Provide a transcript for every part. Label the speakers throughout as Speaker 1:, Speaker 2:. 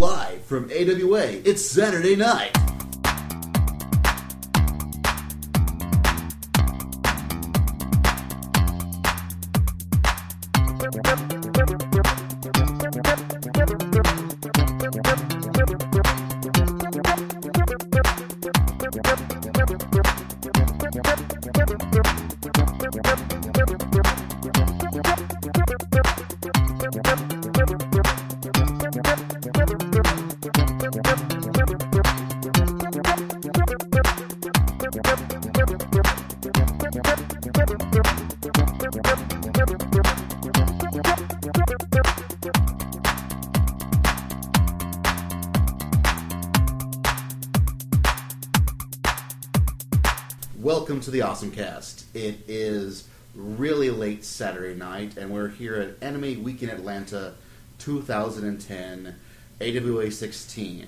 Speaker 1: Live from AWA, it's Saturday night. Welcome to the Awesome Cast. It is really late Saturday night, and we're here at Anime Week in Atlanta 2010, AWA 16.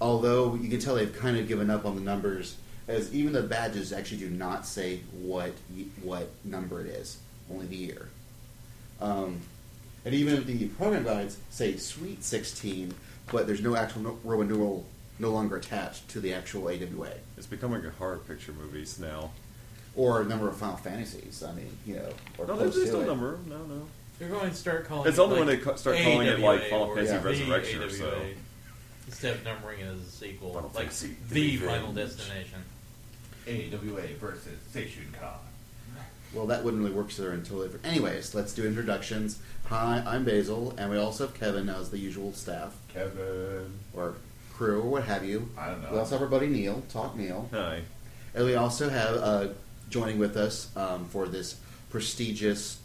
Speaker 1: Although you can tell they've kind of given up on the numbers, as even the badges actually do not say what y- what number it is, only the year. Um, and even the program guides say Sweet 16, but there's no actual no- Roman numeral no longer attached to the actual AWA
Speaker 2: It's becoming a horror picture movies now.
Speaker 1: or a number of Final Fantasies. I mean, you know, or
Speaker 2: No,
Speaker 1: close
Speaker 2: there's
Speaker 1: to
Speaker 2: still
Speaker 1: it.
Speaker 2: number. No, no.
Speaker 3: They're going to start calling.
Speaker 2: It's
Speaker 3: it
Speaker 2: only
Speaker 3: like
Speaker 2: when they ca- start calling it, like,
Speaker 3: AWA
Speaker 2: Final
Speaker 3: or
Speaker 2: Fantasy
Speaker 3: the
Speaker 2: Resurrection or so.
Speaker 3: AWA, Instead of numbering it as a sequel,
Speaker 2: Final
Speaker 3: like
Speaker 2: Fantasy,
Speaker 3: the
Speaker 2: Revenge.
Speaker 3: Final Destination.
Speaker 4: AWA versus Seishun Khan.
Speaker 1: Well, that wouldn't really work there until. It, anyways, let's do introductions. Hi, I'm Basil, and we also have Kevin as the usual staff
Speaker 4: Kevin.
Speaker 1: or crew or what have you.
Speaker 4: Uh, I don't know.
Speaker 1: We also have our buddy Neil, Talk Neil,
Speaker 2: Hi.
Speaker 1: and we also have uh, joining with us um, for this prestigious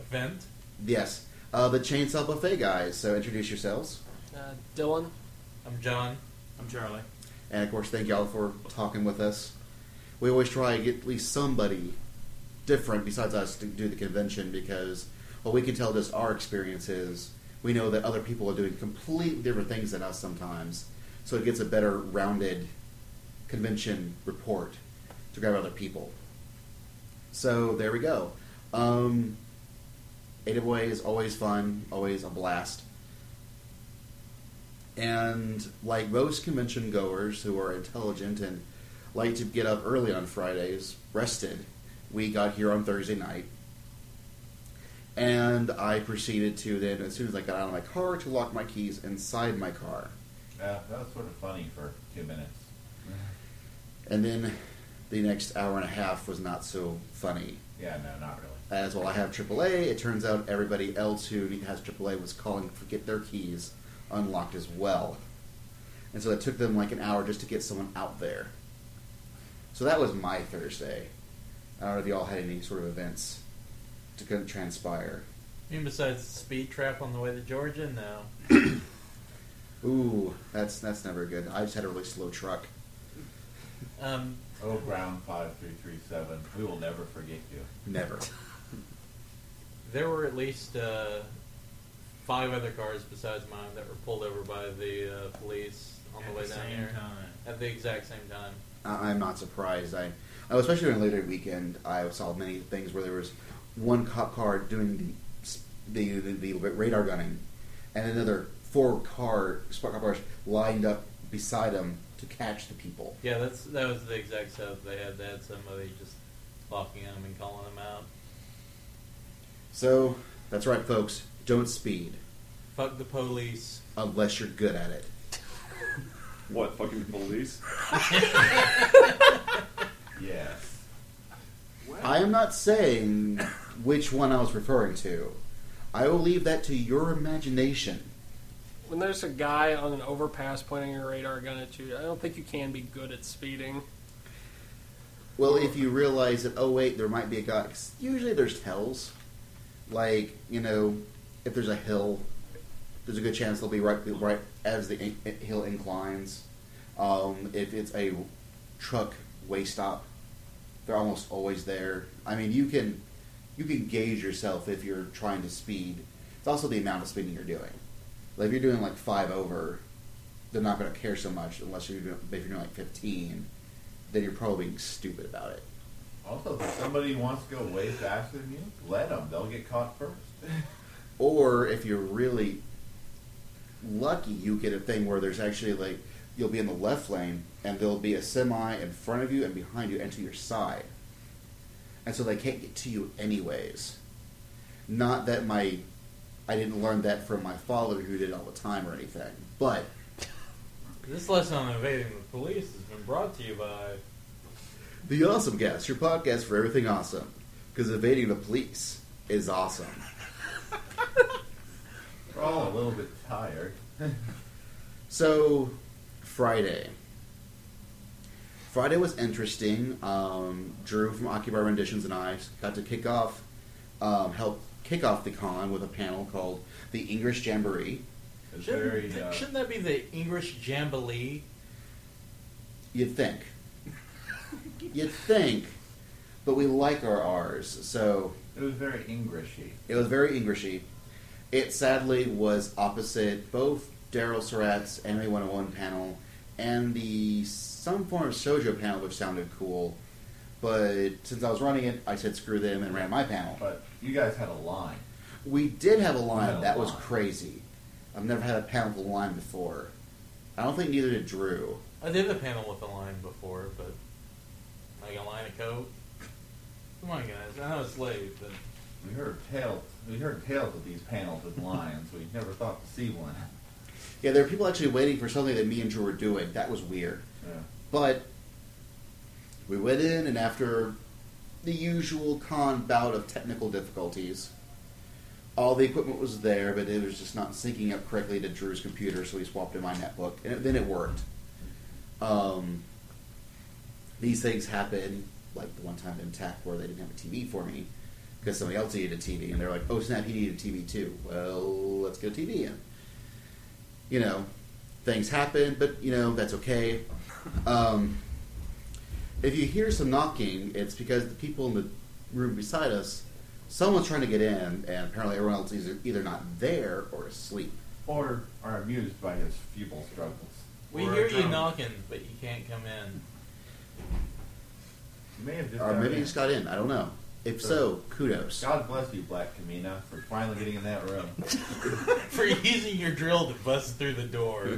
Speaker 3: Event.
Speaker 1: yes, uh, the Chainsaw Buffet guys. So introduce yourselves,
Speaker 5: Uh, Dylan.
Speaker 3: I'm John.
Speaker 4: I'm Charlie.
Speaker 1: and of course, thank y'all for talking with us. We always try to get at least somebody different besides us to do the convention because what we can tell just our experience is we know that other people are doing completely different things than us sometimes so it gets a better rounded convention report to grab other people so there we go um, AWA is always fun always a blast and like most convention goers who are intelligent and like to get up early on Fridays rested we got here on Thursday night and I proceeded to then, as soon as I got out of my car, to lock my keys inside my car.
Speaker 4: Yeah, that was sort of funny for two minutes.
Speaker 1: And then the next hour and a half was not so funny.
Speaker 4: Yeah, no, not really.
Speaker 1: As well, I have AAA. It turns out everybody else who has AAA was calling to get their keys unlocked as well. And so it took them like an hour just to get someone out there. So that was my Thursday. I don't know if you all had any sort of events to kind of transpire.
Speaker 3: I mean, besides the speed trap on the way to Georgia, no.
Speaker 1: Ooh, that's that's never good. I just had a really slow truck.
Speaker 3: Um,
Speaker 4: Oh, ground 5337. We will never forget you.
Speaker 1: Never.
Speaker 3: there were at least uh, five other cars besides mine that were pulled over by the uh, police on the way down here at the exact same time.
Speaker 1: I- I'm not surprised. I, I especially during later weekend, I saw many things where there was one cop car doing the the, the, the radar gunning, and another four car smart car cars lined up beside them to catch the people.
Speaker 3: Yeah, that's that was the exact setup they had. They had somebody just locking them and calling them out.
Speaker 1: So that's right, folks. Don't speed
Speaker 3: Fuck the police.
Speaker 1: unless you're good at it.
Speaker 2: What, fucking police?
Speaker 4: Yes.
Speaker 1: I am not saying which one I was referring to. I will leave that to your imagination.
Speaker 5: When there's a guy on an overpass pointing a radar gun at you, I don't think you can be good at speeding.
Speaker 1: Well, if you realize that, oh wait, there might be a guy. 'cause usually, there's tells. Like you know, if there's a hill, there's a good chance they'll be right right as the in- hill inclines. Um, if it's a truck way stop, they're almost always there. I mean, you can you can gauge yourself if you're trying to speed. It's also the amount of speeding you're doing. Like if you're doing like five over, they're not going to care so much unless you're doing, if you're doing like fifteen then you're probably being stupid about it.
Speaker 4: Also, if somebody wants to go way faster than you, let them. They'll get caught first.
Speaker 1: Or if you're really lucky you get a thing where there's actually like you'll be in the left lane and there'll be a semi in front of you and behind you and to your side, and so they can't get to you anyways. Not that my I didn't learn that from my father who did it all the time or anything, but
Speaker 3: This lesson on evading the police has been brought to you by.
Speaker 1: the Awesome Cast, your podcast for everything awesome, because evading the police is awesome.
Speaker 4: We're all a little bit tired.
Speaker 1: So, Friday. Friday was interesting. Um, Drew from Occupy Renditions and I got to kick off, um, help kick off the con with a panel called The English Jamboree.
Speaker 4: It's
Speaker 3: Shouldn't,
Speaker 4: very, uh,
Speaker 3: shouldn't that be the English Jamboree?
Speaker 1: You'd think. You'd think. But we like our R's, so
Speaker 4: it was very Englishy.
Speaker 1: It was very Englishy. It sadly was opposite both Daryl Surratt's Anime 101 panel and the some form of shoujo panel, which sounded cool. But since I was running it, I said screw them and ran my panel.
Speaker 4: But you guys had a line.
Speaker 1: We did have a line
Speaker 4: No,
Speaker 1: that was
Speaker 4: why?
Speaker 1: crazy. I've never had a panel with a line before. I don't think neither did Drew.
Speaker 3: I did a panel with a line before, but like a line of coke. Come on, guys. I know it's late, but
Speaker 4: We heard tales. We heard tales of these panels with lions. we never thought to see one.
Speaker 1: Yeah, there were people actually waiting for something that me and Drew were doing. That was weird.
Speaker 4: Yeah.
Speaker 1: But we went in, and after the usual con bout of technical difficulties, all the equipment was there, but it was just not syncing up correctly to Drew's computer, so he swapped in my netbook, and it, then it worked. Um, these things happen, like the one time in TAC where they didn't have a TV for me because somebody else needed a TV, and they're like, "Oh snap, he needed a TV too." Well, let's get a TV in. You know, things happen, but you know that's okay. Um, if you hear some knocking, it's because the people in the room beside us, someone's trying to get in, and apparently everyone else is either not there or asleep.
Speaker 4: Or are amused by his feeble struggles.
Speaker 3: we
Speaker 2: Or a
Speaker 3: hear you
Speaker 2: drone.
Speaker 3: knocking, but you can't come in.
Speaker 4: You may have just.
Speaker 1: Or
Speaker 4: got
Speaker 1: maybe
Speaker 4: in.
Speaker 1: just got in. I don't know. If so, kudos.
Speaker 4: God bless you, Black Kamina, for finally getting in that room.
Speaker 3: For using your drill to bust through the door.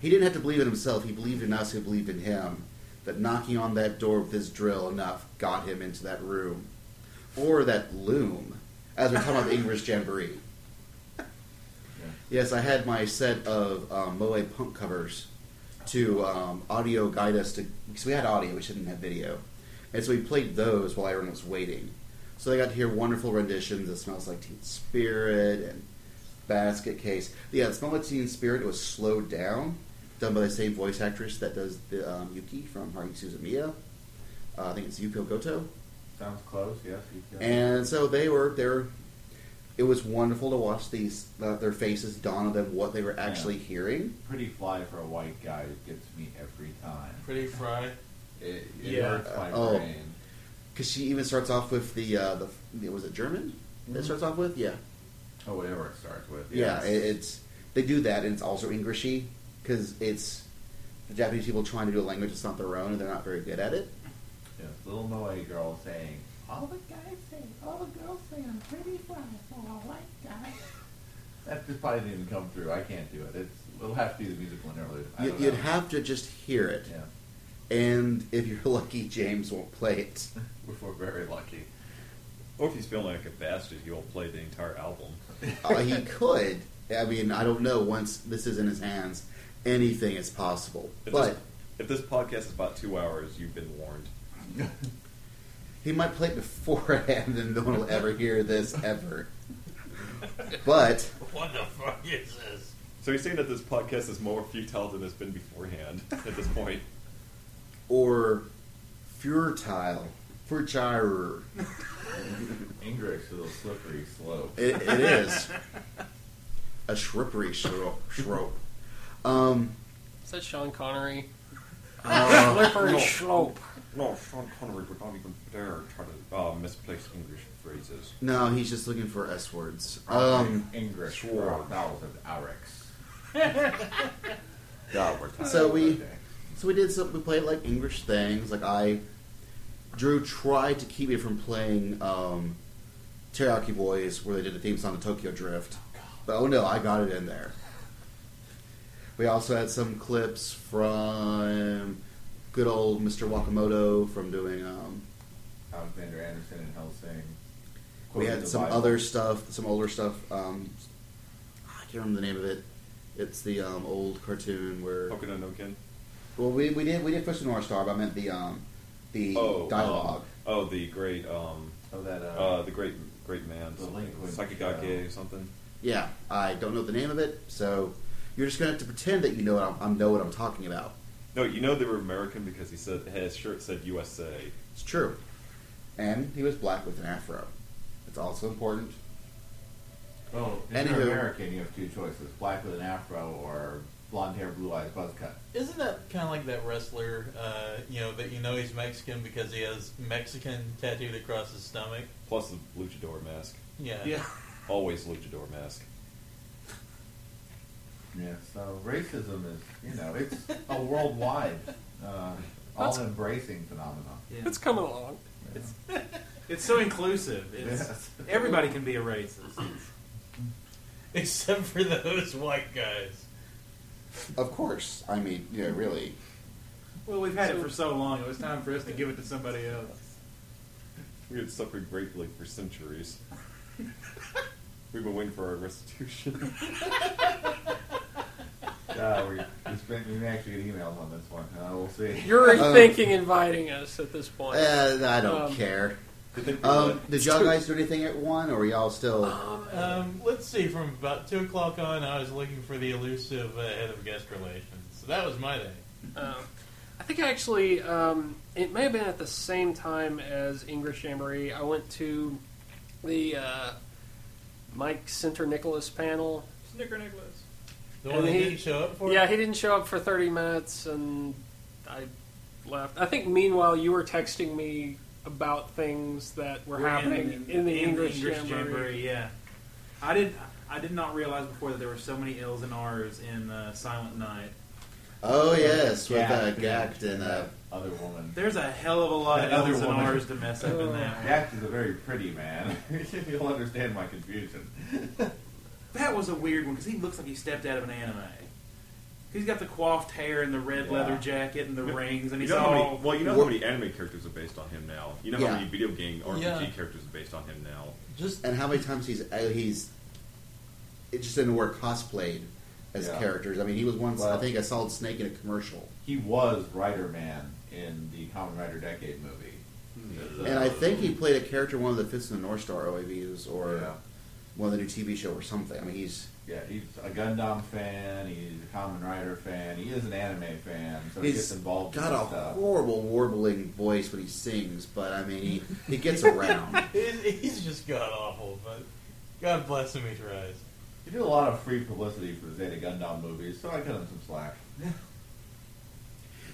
Speaker 1: He didn't have to believe in himself. He believed in us who believed in him. That knocking on that door with his drill enough got him into that room. Or that loom, as we're talking about the English Jamboree. Yes, I had my set of um, Moe punk covers to um, audio guide us to. Because we had audio, we didn't have video. And so we played those while everyone was waiting. So they got to hear wonderful renditions of Smells Like Teen Spirit and Basket Case. Yeah, Smells Like Teen Spirit was slowed down, done by the same voice actress that does the um, Yuki from Haruki Suzumiya. Uh, I think it's Yukio Goto.
Speaker 4: Sounds close, yes. you can-
Speaker 1: And so they were there. It was wonderful to watch these uh, their faces dawn on them what they were actually hearing.
Speaker 4: pretty fly for a white guy gets me every time.
Speaker 3: Pretty fry.
Speaker 4: It, it
Speaker 3: Yeah.
Speaker 4: hurts my
Speaker 1: Oh.
Speaker 4: brain.
Speaker 1: Because she even starts off with the uh, the the- was it German? That
Speaker 3: Mm-hmm.
Speaker 4: Mhm.
Speaker 1: starts off with yeah
Speaker 4: Oh, whatever it starts with.
Speaker 1: yeah
Speaker 4: yes.
Speaker 1: it, it's they do that and it's also Englishy because it's the Japanese people trying to do a language that's not their own and they're not very good at it.
Speaker 4: Yeah, little Moe girl saying, All the guys say, all the girls say I'm pretty fly for a white guy. That just probably didn't even come through. I can't do it. It's, it'll have to be the musical interlude. I
Speaker 1: You,
Speaker 4: don't
Speaker 1: you'd
Speaker 4: know.
Speaker 1: have to just hear it,
Speaker 4: Yeah,
Speaker 1: and if you're lucky, James won't play it.
Speaker 4: if we're very lucky.
Speaker 2: Or if he's feeling like a bastard, he will play the entire album.
Speaker 1: uh, he could. I mean, I don't know. Once this is in his hands, anything is possible.
Speaker 2: If
Speaker 1: But
Speaker 2: this, if this podcast is about two hours, you've been warned.
Speaker 1: he might play it beforehand, and no one will ever hear this ever. But
Speaker 3: What the fuck is this?
Speaker 2: So he's saying that this podcast is more futile than it's been beforehand at this point.
Speaker 1: or furtile, furtile.
Speaker 4: Ingress is a slippery slope.
Speaker 1: It, it is a shrippery shro- shrope. Um,
Speaker 5: Is that Sean Connery?
Speaker 1: uh,
Speaker 5: Slippery
Speaker 2: no.
Speaker 5: slope.
Speaker 2: No, Sean Connery would not even dare try to uh, misplace English phrases.
Speaker 1: no, he's just looking for s words. Um,
Speaker 4: Ingress for a
Speaker 2: Sure.
Speaker 4: thousand Arix. we're tired
Speaker 1: So we-
Speaker 4: of that day.
Speaker 1: So we did some. We played like English things. Like I, Drew tried to keep me from playing um, Teriyaki Boys, where they did a theme song to Tokyo Drift. But oh no, I got it in there. We also had some clips from good old Mr. Wakamoto from doing. Um,
Speaker 4: Alexander Anderson and Helsing.
Speaker 1: we
Speaker 4: Quoted
Speaker 1: had
Speaker 4: the
Speaker 1: some
Speaker 4: Bible.
Speaker 1: other stuff, some older stuff. Um, I can't remember the name of it. It's the um, old cartoon where.
Speaker 2: Hokuto no Ken.
Speaker 1: Well, we, we did we did Fist of North Star, but I meant the um, the
Speaker 2: Oh, um,
Speaker 1: dialogue.
Speaker 2: oh, the great, um,
Speaker 4: Oh, that uh,
Speaker 2: uh, the great, great man,
Speaker 4: The uh,
Speaker 2: something.
Speaker 4: Lincoln
Speaker 2: Sakigake
Speaker 4: show.
Speaker 2: something.
Speaker 1: Yeah, I don't know the name of it, so you're just gonna have to pretend that you know what I'm, I'm know what I'm talking about.
Speaker 2: No, you know they were American because he said his shirt said USA.
Speaker 1: It's true. And he was black with an afro. It's also important.
Speaker 4: Oh, if you're
Speaker 1: Anywho.
Speaker 4: American, you have two choices: black with an afro or blonde hair, blue eyes, buzz cut.
Speaker 3: Isn't that kind of like that wrestler, uh, you know, that you know he's Mexican because he has Mexican tattooed across his stomach?
Speaker 2: Plus the luchador mask.
Speaker 3: Yeah.
Speaker 5: Yeah.
Speaker 2: Always luchador mask.
Speaker 4: Yeah. So racism is, you know, it's a worldwide, uh, all-embracing phenomenon.
Speaker 6: Yeah.
Speaker 5: It's coming along.
Speaker 6: It's, it's so inclusive. It's,
Speaker 4: Yes.
Speaker 6: Everybody can be a racist.
Speaker 3: Except for those white guys.
Speaker 1: Of course. I mean, yeah, really.
Speaker 6: Well, we've had it for so long. It was time for us to give it to somebody else.
Speaker 2: We had suffered greatly for centuries. We've been waiting for our restitution.
Speaker 4: Uh, we, we, spent, we may actually get emails on this one. Uh, we'll see.
Speaker 5: You're
Speaker 1: Um,
Speaker 5: thinking inviting us at this point.
Speaker 1: Eh, I don't
Speaker 5: Um,
Speaker 1: care.
Speaker 2: Did they put
Speaker 1: Um,
Speaker 2: that-
Speaker 1: did y'all guys do anything at one, or are y'all still?
Speaker 3: Um, let's see, from about 2 o'clock on, I was looking for the elusive uh, head of guest relations. So that was my day.
Speaker 5: Um, I think actually um, it may have been at the same time as Ingrid Chambery. I went to the uh, Mike Center Nicholas panel.
Speaker 6: Snicker Nicholas.
Speaker 3: The
Speaker 5: And
Speaker 3: one that
Speaker 5: he-
Speaker 3: didn't show up for?
Speaker 5: Yeah, he didn't show up for 30 minutes, and I left. I think meanwhile you were texting me about things that were happening in, the English, Jamboree.
Speaker 6: Yeah, I did. I did not realize before that there were so many L's and R's in uh, Silent Night.
Speaker 1: Oh yes, with uh,
Speaker 4: Gact
Speaker 1: Gact and uh,
Speaker 4: other woman.
Speaker 6: There's a hell of a lot of
Speaker 4: That other
Speaker 6: L's and
Speaker 4: woman.
Speaker 6: R's to mess up in that. one.
Speaker 4: Gact is a very pretty man. You'll understand my confusion.
Speaker 6: That was a weird one because he looks like he stepped out of an anime. He's got the coiffed hair and the red
Speaker 4: Yeah.
Speaker 6: leather jacket and the rings, and
Speaker 2: You
Speaker 6: he's
Speaker 2: know how many-
Speaker 6: all
Speaker 2: well, you know
Speaker 1: Wha-
Speaker 2: how many anime characters are based on him now. You know
Speaker 1: Yeah.
Speaker 2: how many video game RPG
Speaker 3: Yeah.
Speaker 2: characters are based on him now.
Speaker 3: Just
Speaker 1: and how many times he's uh, he's it just didn't work cosplayed as
Speaker 4: Yeah.
Speaker 1: characters. I mean, he was once I
Speaker 4: Well-
Speaker 1: think I saw the snake in a commercial,
Speaker 4: He was Rider Man in the Common Rider Decade movie. Uh, Hmm.
Speaker 1: and I think he played a character in one of the Fist of the North Star OAVs or
Speaker 4: Yeah.
Speaker 1: one of the new TV show or something. I mean, he's
Speaker 4: Yeah, he's a Gundam fan. He's a Common Rider fan. He is an anime fan, so he
Speaker 1: He's
Speaker 4: gets involved. uh,
Speaker 1: got
Speaker 4: in
Speaker 1: a
Speaker 4: stuff.
Speaker 1: horrible warbling voice when he sings, but I mean, he, he gets around.
Speaker 3: he- he's just god awful, but God bless him, he tries.
Speaker 4: He did a lot of free publicity for the Zeta Gundam movies, so I cut him some slack.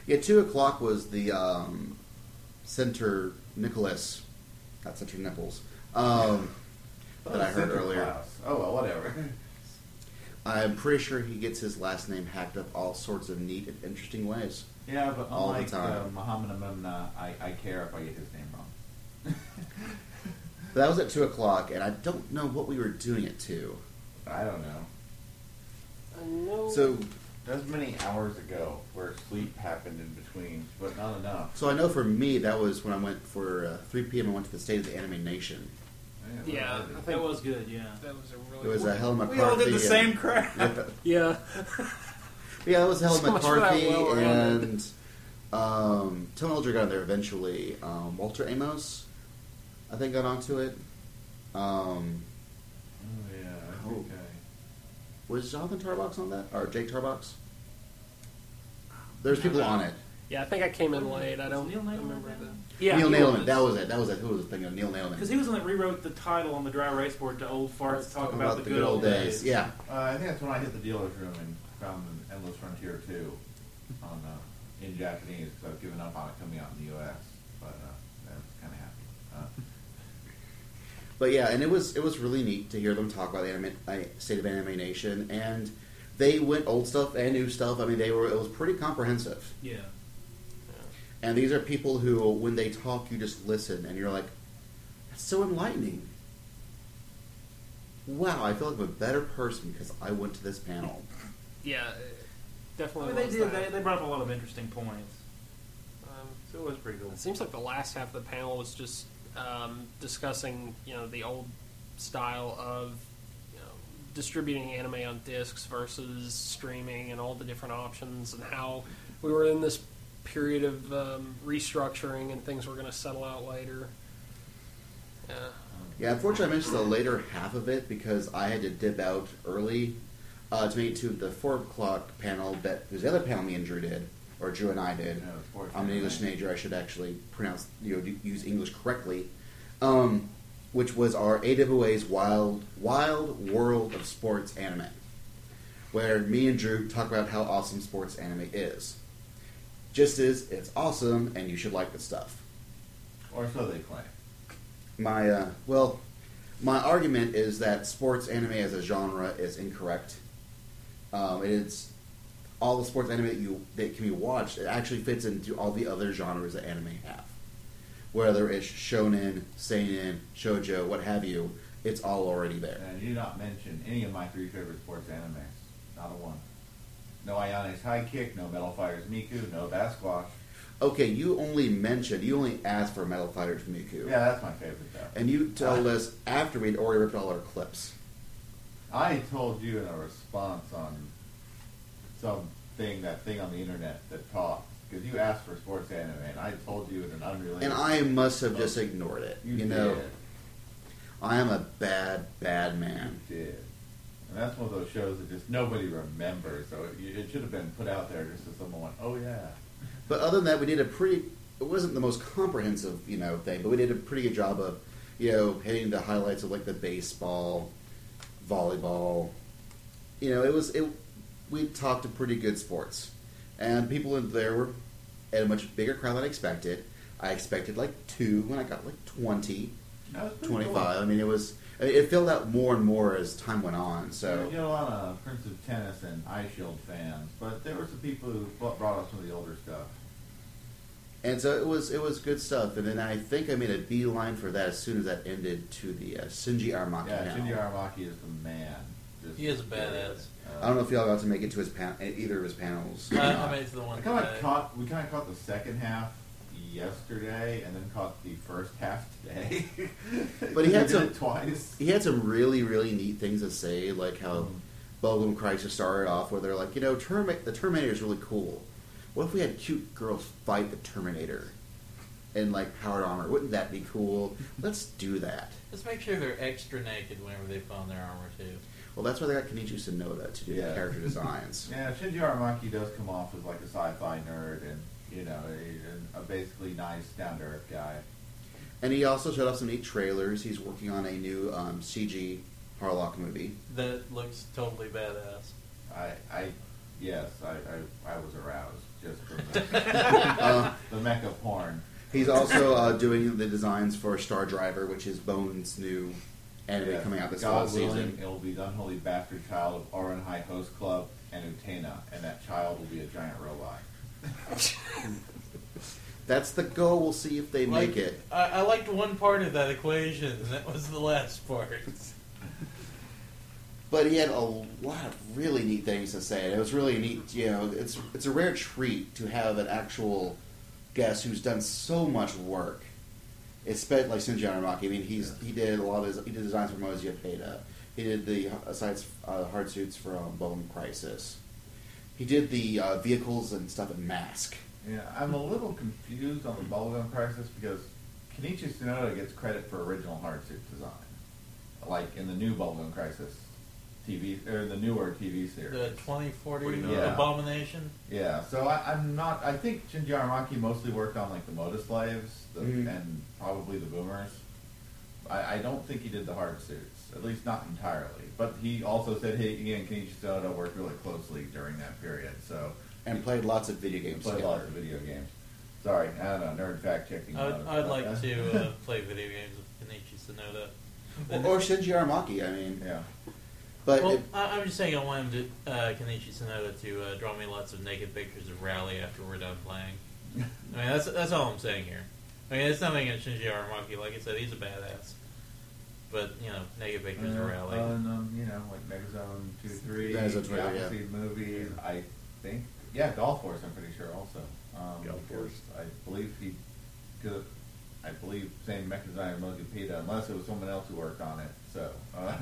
Speaker 1: yeah, two o'clock was the um, center Nicholas, not center nipples. Um, That I
Speaker 4: Oh,
Speaker 1: heard
Speaker 4: Center
Speaker 1: earlier.
Speaker 4: Class. Oh well, whatever.
Speaker 1: I'm pretty sure he gets his last name hacked up all sorts of neat and interesting ways.
Speaker 4: Yeah, but
Speaker 1: All the
Speaker 4: unlike uh,
Speaker 1: time.
Speaker 4: Muhammad Amemna, I, I care if I get his name wrong.
Speaker 1: But that was at two o'clock, and I don't know what we were doing it to.
Speaker 4: I don't know.
Speaker 5: I know.
Speaker 1: So,
Speaker 4: That's many hours ago where sleep happened in between, but not enough.
Speaker 1: so I know for me that was when I went for uh, 3 p.m. I went to the State of the Anime Nation.
Speaker 4: what
Speaker 5: Yeah,
Speaker 4: was it?
Speaker 5: I think
Speaker 6: that was good. Yeah,
Speaker 5: that was a
Speaker 1: It
Speaker 5: really.
Speaker 1: was a Helen McCarthy.
Speaker 6: we all did the
Speaker 1: and-
Speaker 6: same crap.
Speaker 5: yeah.
Speaker 1: Yeah, that was Helen
Speaker 5: So much for that
Speaker 1: McCarthy
Speaker 5: well-rounded.
Speaker 1: and um, Tone Elder got on there eventually. Um, Walter Amos, I think, got onto it. Um,
Speaker 4: Oh, yeah. I
Speaker 1: Oh.
Speaker 4: think I-
Speaker 1: was Jonathan Tarbox on that or Jake Tarbox? There's people on it.
Speaker 5: Yeah, I think I came in late. I
Speaker 6: Was
Speaker 5: don't
Speaker 6: Neil Naiman
Speaker 5: remember
Speaker 6: on that?
Speaker 5: the. Yeah,
Speaker 1: Neil
Speaker 5: he
Speaker 1: Nailman, that was it. That was it. Who was the thing? Neil Nailman.
Speaker 6: because he was the one that rewrote the title on the dry erase board to "Old Farts Talk About, the, Good Old Days."
Speaker 1: Yeah,
Speaker 4: Uh, I think that's when I hit the dealer's room and found an Endless Frontier 2 on, uh, in Japanese, 'cause I've given up on it coming out in the U.S., but uh, that's kind of happy. Uh,
Speaker 1: but yeah, and it was it was really neat to hear them talk about the anime, uh, state of anime nation, and they went old stuff and new stuff. I mean, they were it was pretty comprehensive.
Speaker 6: Yeah,
Speaker 1: And these are people who, when they talk, you just listen, and you're like, that's so enlightening. wow, I feel like I'm a better person because I went to this panel.
Speaker 5: Yeah,
Speaker 6: I
Speaker 5: definitely.
Speaker 6: mean, they
Speaker 5: was
Speaker 6: did. They,
Speaker 5: that.
Speaker 6: they brought up a lot of interesting points.
Speaker 5: Um,
Speaker 6: So it was pretty cool.
Speaker 5: It seems like the last half of the panel was just um, discussing, you know, the old style of you know, distributing anime on discs versus streaming and all the different options and how we were in this period of um, restructuring and things were going to settle out later. Yeah.
Speaker 1: Yeah, unfortunately, I missed the later half of it because I had to dip out early uh, to make it to the four o'clock panel. That there's the other panel me and Drew did, or Drew and I did.
Speaker 4: You know, it's four
Speaker 1: I'm an English
Speaker 4: different
Speaker 1: major. I should actually pronounce, you know, do- use English correctly. Um, which was our AWA's Wild Wild World of Sports Anime, where me and Drew talk about how awesome sports anime is. Just as it's awesome, and you should like the stuff.
Speaker 4: things. Or so they claim.
Speaker 1: My uh, well, my argument is that sports anime as a genre is incorrect. Um, it is all the sports anime that you that can be watched. It actually fits into all the other genres that anime have, whether it's shonen, seinen, shojo, what have you. It's all already there.
Speaker 4: And you did not mention any of my three favorite sports anime. Not a one. No Ionics High Kick, no Metal Fires Miku, no Basquash.
Speaker 1: Okay, you only mentioned you only asked for Metal Fighters Miku,
Speaker 4: Yeah, that's my favorite though.
Speaker 1: and you told us after we'd already ripped all our clips.
Speaker 4: I told you in a response on something, that thing on the internet that talks, because you asked for sports anime, and I told you in an unrelated.
Speaker 1: And I must have just ignored it.
Speaker 4: You,
Speaker 1: You, know,
Speaker 4: did.
Speaker 1: I am a bad, bad man.
Speaker 4: You did. And that's one of those shows that just nobody remembers. So it, it should have been put out there just so someone went, "Oh yeah."
Speaker 1: But other than that, we did a pretty. It wasn't the most comprehensive, you know, thing, but we did a pretty good job of, you know, hitting the highlights of like the baseball, volleyball. You know, it was it. We talked to pretty good sports, and people in there were at a much bigger crowd than I expected. I expected like two, when I got like twenty,
Speaker 4: That was pretty
Speaker 1: twenty-five.
Speaker 4: cool.
Speaker 1: I mean, it was. I mean, it filled out more and more as time went on. So
Speaker 4: You know, a lot of Prince of Tennis and Ice Shield fans, but there were some people who bu- brought up some of the older stuff.
Speaker 1: And so it was it was good stuff. And then I think I made a beeline for that as soon as that ended to the uh, Shinji Aramaki.
Speaker 4: yeah,
Speaker 1: now.
Speaker 4: Shinji Aramaki is the man. Uh, Just
Speaker 3: He is a badass.
Speaker 1: I don't know if y'all got to make it to his pan- eh, either of his panels. or
Speaker 4: Uh,
Speaker 3: I, I
Speaker 1: not.
Speaker 3: made it to the one
Speaker 4: We kind
Speaker 3: today.
Speaker 4: of caught we kind of caught the second half yesterday, and then caught the first half today.
Speaker 1: But he had
Speaker 4: did
Speaker 1: some-
Speaker 4: it twice.
Speaker 1: he had some really really neat things to say, like how
Speaker 4: Mhm.
Speaker 1: Bubblegum Crisis started off, where they're like, you know, Termi- the Terminator is really cool. What if we had cute girls fight the Terminator? And like powered armor, wouldn't that be cool? Let's do that.
Speaker 3: Let's make sure they're extra naked whenever they put on their armor too.
Speaker 1: Well, that's why they got Kenichi Sonoda to do the
Speaker 4: Yeah.
Speaker 1: character designs.
Speaker 4: Yeah, Shinji Aramaki does come off as like a sci-fi nerd, and you know, a, a basically nice, down-to-earth guy.
Speaker 1: And he also showed off some neat trailers. He's working on a new um, CG Harlock movie.
Speaker 3: That looks totally badass.
Speaker 4: I, I, yes, I, I, I was aroused just from the,
Speaker 1: Uh,
Speaker 4: the mecha porn.
Speaker 1: he's also uh, doing the designs for Star Driver, which is Bones' new anime
Speaker 4: Yeah.
Speaker 1: coming out this fall
Speaker 4: God willing,
Speaker 1: season.
Speaker 4: it will be the unholy bastard child of Orin High Host Club and Utena, and that child will be a giant robot.
Speaker 1: That's the goal. We'll see if they
Speaker 3: Like,
Speaker 1: make it.
Speaker 3: I, I liked one part of that equation, and that was the last part.
Speaker 1: But he had a lot of really neat things to say. It was really neat. You know, it's it's a rare treat to have an actual guest who's done so much work. It's spent like Shinji Aramaki. I mean, he's he did a lot of his, he did designs for Mozia Peta. He did the uh, sides uh, hard suits for um, Bone Crisis. He did the uh, vehicles and stuff in Mask.
Speaker 4: Yeah, I'm a little confused on the bubblegum crisis because Kenichi Tsunoda gets credit for original hard suit design, like in the new bubblegum crisis TV or the newer TV series.
Speaker 3: The 2040
Speaker 4: Yeah.
Speaker 3: abomination.
Speaker 4: Yeah, so I, I'm not. I think Shinji Aramaki mostly worked on like the Moda slaves the,
Speaker 1: Mhm.
Speaker 4: and probably the boomers. I, I don't think he did the hard suits, at least not entirely. But he also said he he and Kenichi Soda worked really closely during that period, so
Speaker 1: And played lots of video
Speaker 4: he
Speaker 1: games.
Speaker 4: played
Speaker 1: together.
Speaker 4: lots of video games. Sorry, I don't know, nerd fact checking.
Speaker 3: I'd,
Speaker 4: about it.
Speaker 3: I'd like to uh, play video games with Kenichi Sonoda.
Speaker 1: Or, or Shinji Aramaki. I mean,
Speaker 4: yeah,
Speaker 1: but
Speaker 3: well,
Speaker 1: it,
Speaker 3: I, I'm just saying I want him to, uh, Kenichi Sonoda to uh, draw me lots of naked pictures of Rally after we're done playing. I mean, that's that's all I'm saying here. I mean, it's nothing against Shinji Aramaki. Like I said, he's a badass. but you know, Negative Acres
Speaker 4: Uh,
Speaker 3: are rally.
Speaker 4: other than, you know, like Megazone 2, 3,
Speaker 1: That's a Twitter,
Speaker 4: the
Speaker 1: yeah.
Speaker 4: Appleseed movies, I think. Yeah, Golf Force, I'm pretty sure also. Um,
Speaker 2: Golf
Speaker 4: because
Speaker 2: Force.
Speaker 4: I believe he took, I believe, same mechanism as Pita, unless it was someone else who worked on it. So, uh,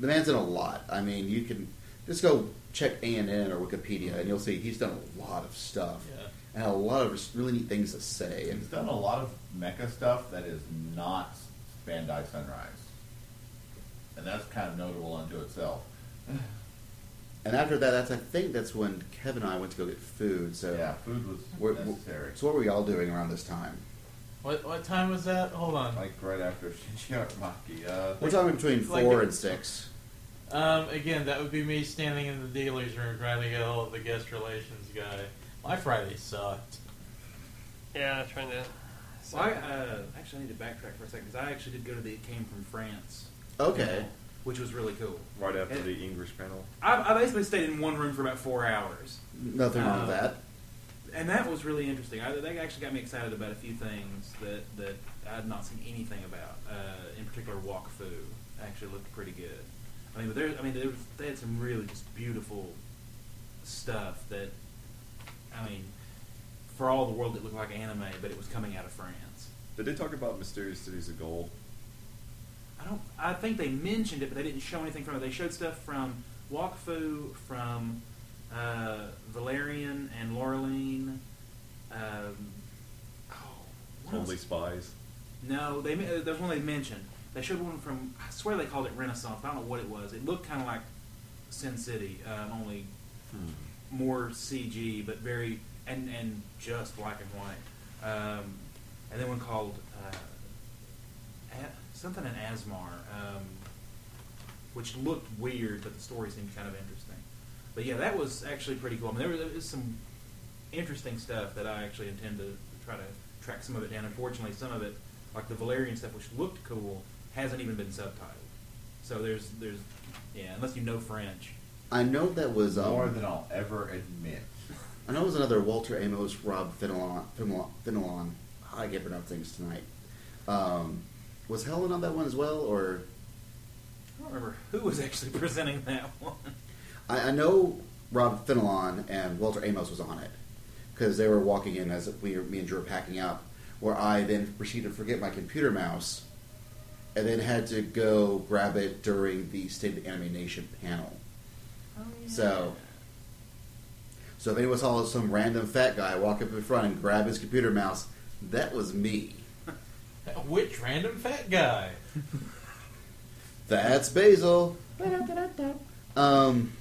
Speaker 1: The man's done a lot. I mean, you can just go check ANN or Wikipedia, and you'll see he's done a lot of stuff
Speaker 3: Yeah.
Speaker 1: and a lot of really neat things to say.
Speaker 4: he's
Speaker 1: And
Speaker 4: done a lot of mecha stuff that is not Bandai Sunrise. And that's kind of notable unto itself.
Speaker 1: and after that, that's I think that's when Kevin and I went to go get food. So
Speaker 4: yeah, food was
Speaker 1: we're, we're-
Speaker 4: necessary.
Speaker 1: so what were y'all doing around this time?
Speaker 3: What what time was that? Hold on.
Speaker 4: like right after Shinji Aramaki. Uh,
Speaker 1: We're talking between
Speaker 3: Like
Speaker 1: four
Speaker 3: the-
Speaker 1: and six.
Speaker 3: Um, again, that would be me standing in the dealer's room trying to get a hold of the guest relations guy. My Friday sucked.
Speaker 5: Yeah, trying to.
Speaker 6: So I, uh, actually, I need to backtrack for a second because I actually did go to the. It came from France.
Speaker 1: Okay.
Speaker 6: Which was really cool.
Speaker 2: Right after
Speaker 6: And-
Speaker 2: the English panel.
Speaker 6: I, I basically stayed in one room for about four hours,
Speaker 1: Nothing wrong with
Speaker 6: Uh,
Speaker 1: that.
Speaker 6: and that was really interesting. I, that actually got me excited about a few things that that I had not seen anything about. Uh, in particular, Wok Fu actually looked pretty good. I mean, but there, I mean, there was, they had some really just beautiful stuff that, I mean, for all the world, it looked like anime, but it was coming out of France.
Speaker 2: Did they talk about Mysterious Cities of Gold?
Speaker 6: I don't. I think they mentioned it, but they didn't show anything from it. They showed stuff from Wakfu, from uh, Valerian and Laureline. Um, oh, what
Speaker 2: Only
Speaker 6: else?
Speaker 2: spies.
Speaker 6: No, they men- uh, there's one they mentioned. They showed one from. I swear they called it Renaissance. But I don't know what it was. It looked kind of like Sin City, um, only more CG, but very and and just black and white. Um, and then one called uh, a- something in Asmar, um, which looked weird, but the story seemed kind of interesting. But yeah, that was actually pretty cool. I mean, there was, there was some interesting stuff that I actually intend to try to track some of it down. Unfortunately, some of it, like the Valerian stuff, which looked cool, hasn't even been subtitled. So there's there's yeah, unless you know French.
Speaker 1: I know that was um,
Speaker 4: more than I'll ever admit.
Speaker 1: I know it was another Walter Amos, Rob Fenelon. Fenelon, Fenelon I can't pronounce things tonight. Um, was Helen on that one as well, or
Speaker 6: I don't remember who was actually presenting that one.
Speaker 1: I, I know Rob Fenelon and Walter Amos was on it because they were walking in as we, me and Drew were packing up. Where I then proceeded to forget my computer mouse, and then had to go grab it during the State of the Anime Nation panel. So, so if anyone saw some random fat guy walk up in front and grab his computer mouse, that was me.
Speaker 3: Which random fat guy?
Speaker 1: That's Basil. Um,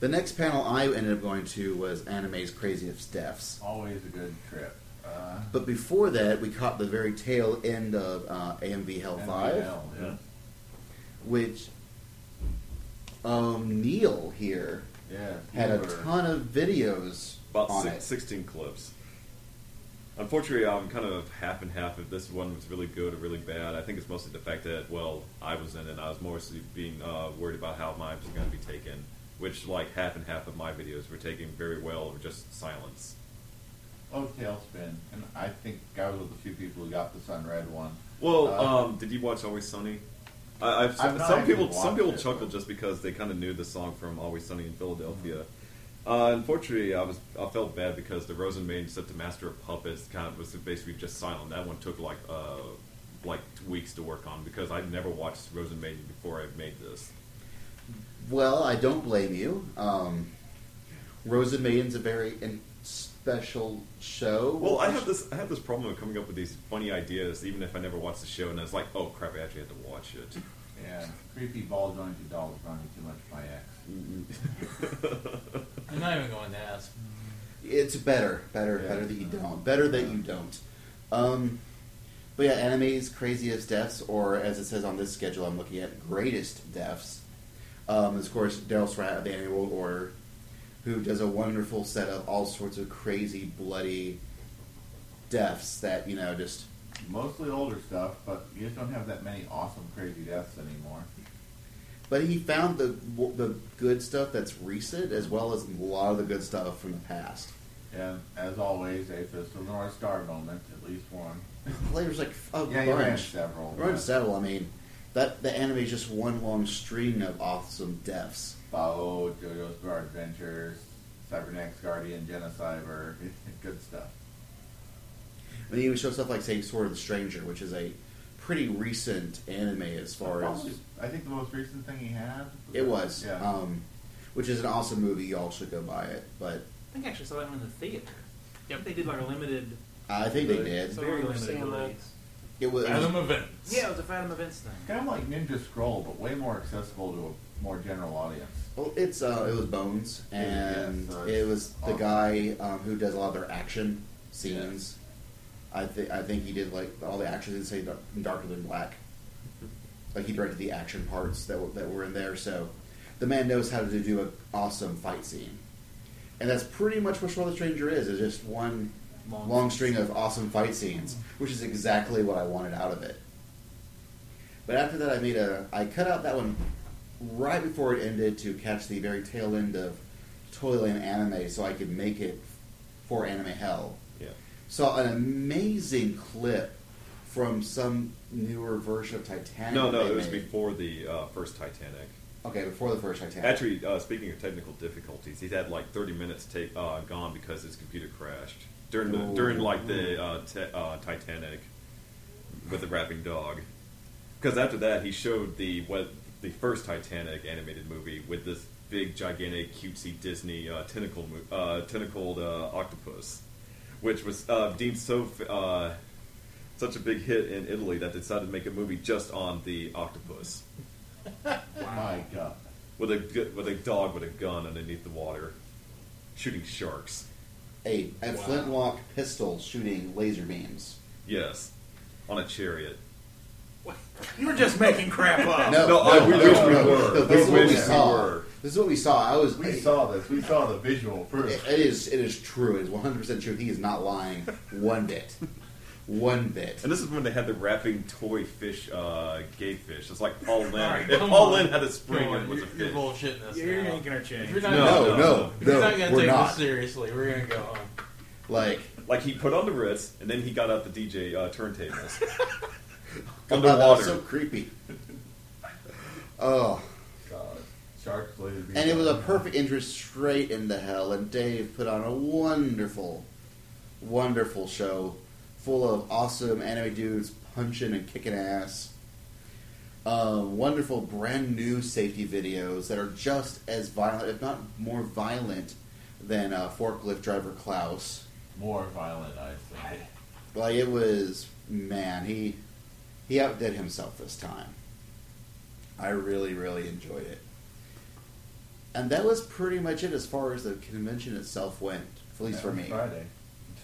Speaker 1: the next panel I ended up going to was Anime's Craziest Deaths.
Speaker 4: Always a good trip. Uh,
Speaker 1: But before that, we caught the very tail end of uh, AMV Hell
Speaker 4: and
Speaker 1: 5,
Speaker 4: Mel, yeah.
Speaker 1: which um, Neil here
Speaker 4: Yeah,
Speaker 1: had a
Speaker 4: Spielberg.
Speaker 1: ton of videos
Speaker 2: About
Speaker 1: on
Speaker 2: six,
Speaker 1: it.
Speaker 2: 16 clips. Unfortunately, I'm kind of half and half if this one was really good or really bad. I think it's mostly the fact that, well, I was in it. I was mostly being uh, worried about how mine was going to be taken, which, like, half and half of my videos were taken very well or just silence.
Speaker 4: Oh, Tailspin. And I think I was with a few people who got the Sun Red one.
Speaker 2: Well,
Speaker 4: Uh,
Speaker 2: um, did you watch Always Sunny? I, I've,
Speaker 4: I've not
Speaker 2: some
Speaker 4: actually
Speaker 2: people some
Speaker 4: watched
Speaker 2: people
Speaker 4: it,
Speaker 2: chuckled
Speaker 4: but- Uh-huh.
Speaker 2: just because they kind of knew the song from Always Sunny in Philadelphia. Uh, unfortunately, I was I felt bad because the Rosenmaiden set the Master of Puppets kind of was basically just silent. That one took like uh, like two weeks to work on because I'd never watched Rosenmaiden before I made this.
Speaker 1: Well, I don't blame you. Um, Rosa Maiden's a very in- special show.
Speaker 2: Well, I have this I have this problem of coming up with these funny ideas even if I never watched the show, and I was like, oh crap, I actually had to watch it.
Speaker 4: Yeah. Creepy ball jointed dog was running too much by X.
Speaker 3: I'm not even going to ask.
Speaker 1: It's better, better,
Speaker 4: Yeah.
Speaker 1: better that you don't. Better that you don't. Um, but yeah, anime's craziest deaths, or as it says on this schedule, I'm looking at greatest deaths. Um, is of course Daryl Strat of the Anime World Order, who does a wonderful set of all sorts of crazy, bloody deaths that you know just
Speaker 4: Mostly older stuff, but you just don't have that many awesome crazy deaths anymore.
Speaker 1: But he found the the good stuff that's recent, as well as a lot of the good stuff from the past.
Speaker 4: And as always, a Fist of the North Star moment, at least one.
Speaker 1: Flavor's like a
Speaker 4: Yeah, you ran
Speaker 1: bunch.
Speaker 4: several.
Speaker 1: Run several. I mean, that the anime is just one long string of awesome deaths.
Speaker 4: Bao, JoJo's Bizarre Adventures, Cybernex Guardian, Genocyber, good stuff.
Speaker 1: And he even show stuff like, say, Sword of the Stranger, which is a pretty recent anime as far as
Speaker 4: Probably- I think the most recent thing he had.
Speaker 1: it was.
Speaker 4: Yeah.
Speaker 1: Um, which is an awesome movie. Y'all should go buy it. But
Speaker 6: I think I actually saw that one in the theater. I
Speaker 5: Yep.
Speaker 6: think they did like a limited,
Speaker 1: I think they
Speaker 4: Really?
Speaker 1: did.
Speaker 5: So
Speaker 6: very
Speaker 5: we're
Speaker 6: limited
Speaker 5: seeing that.
Speaker 6: release.
Speaker 1: It was.
Speaker 3: Adam Events.
Speaker 6: Yeah, it was a Fathom Events thing.
Speaker 4: kind of like Ninja Scroll, but way more accessible to a more general audience.
Speaker 1: Well, it's uh, it was Bones,
Speaker 4: Yeah,
Speaker 1: and
Speaker 4: yeah, so
Speaker 1: it was the
Speaker 4: it's
Speaker 1: guy um, who does a lot of their action scenes. I think I think he did like all the action in say Dar- Darker Than Black. Like he directed the action parts that were, that were in there, so the man knows how to do an awesome fight scene, and that's pretty much what Sword of the Stranger is. Is just one long,
Speaker 6: Long-
Speaker 1: string of awesome fight scenes, which is exactly what I wanted out of it. But after that, I made a. I cut out that one right before it ended to catch the very tail end of Toyland anime, so I could make it for Anime Hell.
Speaker 2: Yeah.
Speaker 1: Saw an amazing clip from some newer version of Titanic.
Speaker 2: No, no,
Speaker 1: they
Speaker 2: it was
Speaker 1: made.
Speaker 2: before the uh, first Titanic.
Speaker 1: Okay, before the first Titanic.
Speaker 2: Actually, uh, speaking of technical difficulties, he's had like 30 minutes take uh, gone because his computer crashed during the,
Speaker 1: Oh.
Speaker 2: during like the uh, t- uh, Titanic with the rapping dog. Because after that, he showed the what the first Titanic animated movie with this big, gigantic, cutesy Disney uh, tentacle mo- uh, tentacled uh, octopus, which was uh, deemed so f- uh, such a big hit in Italy that they decided to make a movie just on the octopus
Speaker 4: My God.
Speaker 2: with a gu- with a dog with a gun underneath the water, shooting sharks.
Speaker 1: a, a
Speaker 3: Wow.
Speaker 1: flintlock pistol shooting laser beams.
Speaker 2: Yes, on a chariot.
Speaker 6: You were just making crap up.
Speaker 1: No,
Speaker 2: no, I- we wish we were.
Speaker 1: this
Speaker 2: We
Speaker 1: is what
Speaker 2: wish
Speaker 1: we
Speaker 2: we
Speaker 1: saw.
Speaker 2: were.
Speaker 1: This is what we saw. I was.
Speaker 4: We
Speaker 1: I-
Speaker 4: saw this. We saw the visual proof.
Speaker 1: It it is. It is true. It is one hundred percent true. He is not lying one bit. One bit.
Speaker 2: And this is when they had the wrapping toy fish, uh, gay fish. It's like Paul Lynn.
Speaker 6: Alright,
Speaker 2: if
Speaker 3: come
Speaker 2: Paul
Speaker 3: on.
Speaker 2: Lynn had a spring,
Speaker 3: Come on,
Speaker 2: it was a
Speaker 3: you're, you're
Speaker 2: fish.
Speaker 3: bullshitting us.
Speaker 6: You're
Speaker 3: now.
Speaker 6: making our change.
Speaker 3: If you're not
Speaker 2: No,
Speaker 3: gonna-
Speaker 2: no, no,
Speaker 3: if you're
Speaker 1: no,
Speaker 3: not gonna
Speaker 1: we're
Speaker 3: take
Speaker 1: not.
Speaker 3: this seriously, we're gonna go on.
Speaker 1: Like
Speaker 2: Like he put on the Ritz, and then he got out the DJ uh, turntables
Speaker 1: oh, that was
Speaker 2: underwater.
Speaker 1: so creepy. Oh,
Speaker 4: God. Sharks laser beams.
Speaker 1: and it was a perfect interest straight into hell. And Dave put on a wonderful, wonderful show full of awesome anime dudes punching and kicking ass. Uh, wonderful brand new safety videos that are just as violent, if not more violent, than uh, forklift driver Klaus.
Speaker 4: more violent. I think.
Speaker 1: Like it was, man. He he outdid himself this time. I really, really enjoyed it. And that was pretty much it as far as the convention itself went, at least
Speaker 4: That was
Speaker 1: for me. I
Speaker 4: Friday.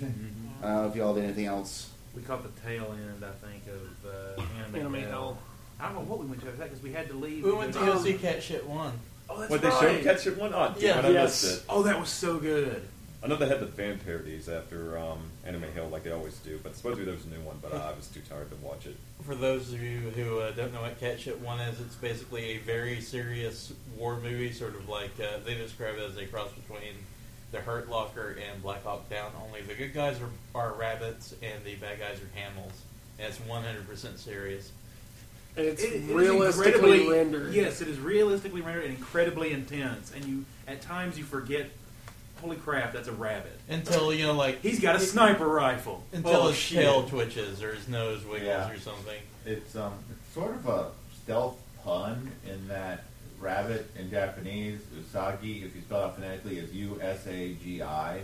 Speaker 1: don't know if y'all did anything else.
Speaker 6: We caught the tail end, I think, of uh, Anime,
Speaker 5: Anime
Speaker 6: Hell.
Speaker 5: Hell.
Speaker 6: I don't know what we went to after that because we had to leave.
Speaker 3: We went to go
Speaker 6: Oh,
Speaker 3: see Cat Shit One.
Speaker 6: Oh, that's
Speaker 2: What they
Speaker 6: right.
Speaker 2: showed catch it one on.
Speaker 3: Yeah.
Speaker 2: Yeah, I
Speaker 5: Yes.
Speaker 2: missed it.
Speaker 6: Oh, that was so good.
Speaker 2: I know they had the fan parodies after um, Anime Hill, like they always do. But supposedly there was a new one, but I was too tired to watch it.
Speaker 3: For those of you who uh, don't know what Cat Shit One is, it's basically a very serious war movie, sort of like uh, they describe it as a cross between The Hurt Locker and Black Hawk Down. Only the good guys are, are rabbits and the bad guys are camels. And it's 100% serious.
Speaker 5: And it's
Speaker 6: It- it is
Speaker 5: realistically
Speaker 6: incredibly-
Speaker 5: rendered.
Speaker 6: Yes, it is realistically rendered and incredibly intense. And you, at times, you forget. Holy crap! That's a rabbit.
Speaker 3: Until you know, like
Speaker 6: He's got a sniper rifle.
Speaker 3: until
Speaker 6: oh,
Speaker 3: his
Speaker 6: shit.
Speaker 3: tail twitches or his nose wiggles
Speaker 4: Yeah.
Speaker 3: or something.
Speaker 4: It's um, it's sort of a stealth pun in that rabbit in Japanese, usagi, if you spell it phonetically, is U S A G I,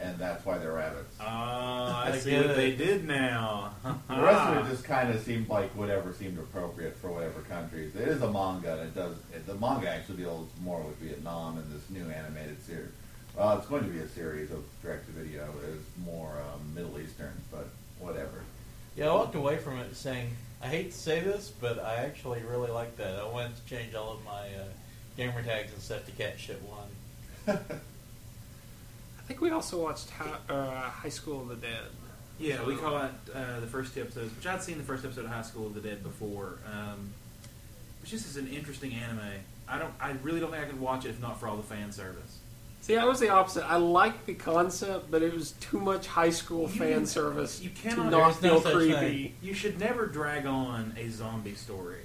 Speaker 4: and that's why they're rabbits.
Speaker 6: Ah, I,
Speaker 3: I
Speaker 6: see
Speaker 3: get
Speaker 6: what
Speaker 3: it.
Speaker 6: they did now.
Speaker 4: The rest of it just kind of seemed like whatever seemed appropriate for whatever countries. It is a manga. And it does it, the manga actually deals more with Vietnam and this new animated series. Well, it's going to be a series of direct-to-video. It's more um, Middle Eastern, but whatever.
Speaker 3: Yeah, I walked away from it saying, I hate to say this, but I actually really like that. I wanted to change all of my uh, gamer tags and stuff to Cat Shit One.
Speaker 5: I think we also watched Hi- uh, High School of the Dead.
Speaker 6: Yeah, we call it uh, the first two episodes, which I'd seen the first episode of High School of the Dead before. Um, which this is an interesting anime. I don't, I really don't think I could watch it if not for all the fan service.
Speaker 5: See, I was the opposite. I liked the concept, but it was too much high school
Speaker 6: You-
Speaker 5: fan service
Speaker 6: you
Speaker 5: to
Speaker 6: cannot-
Speaker 5: not
Speaker 3: There's
Speaker 5: feel
Speaker 3: no such
Speaker 5: creepy.
Speaker 6: You should never drag on a zombie story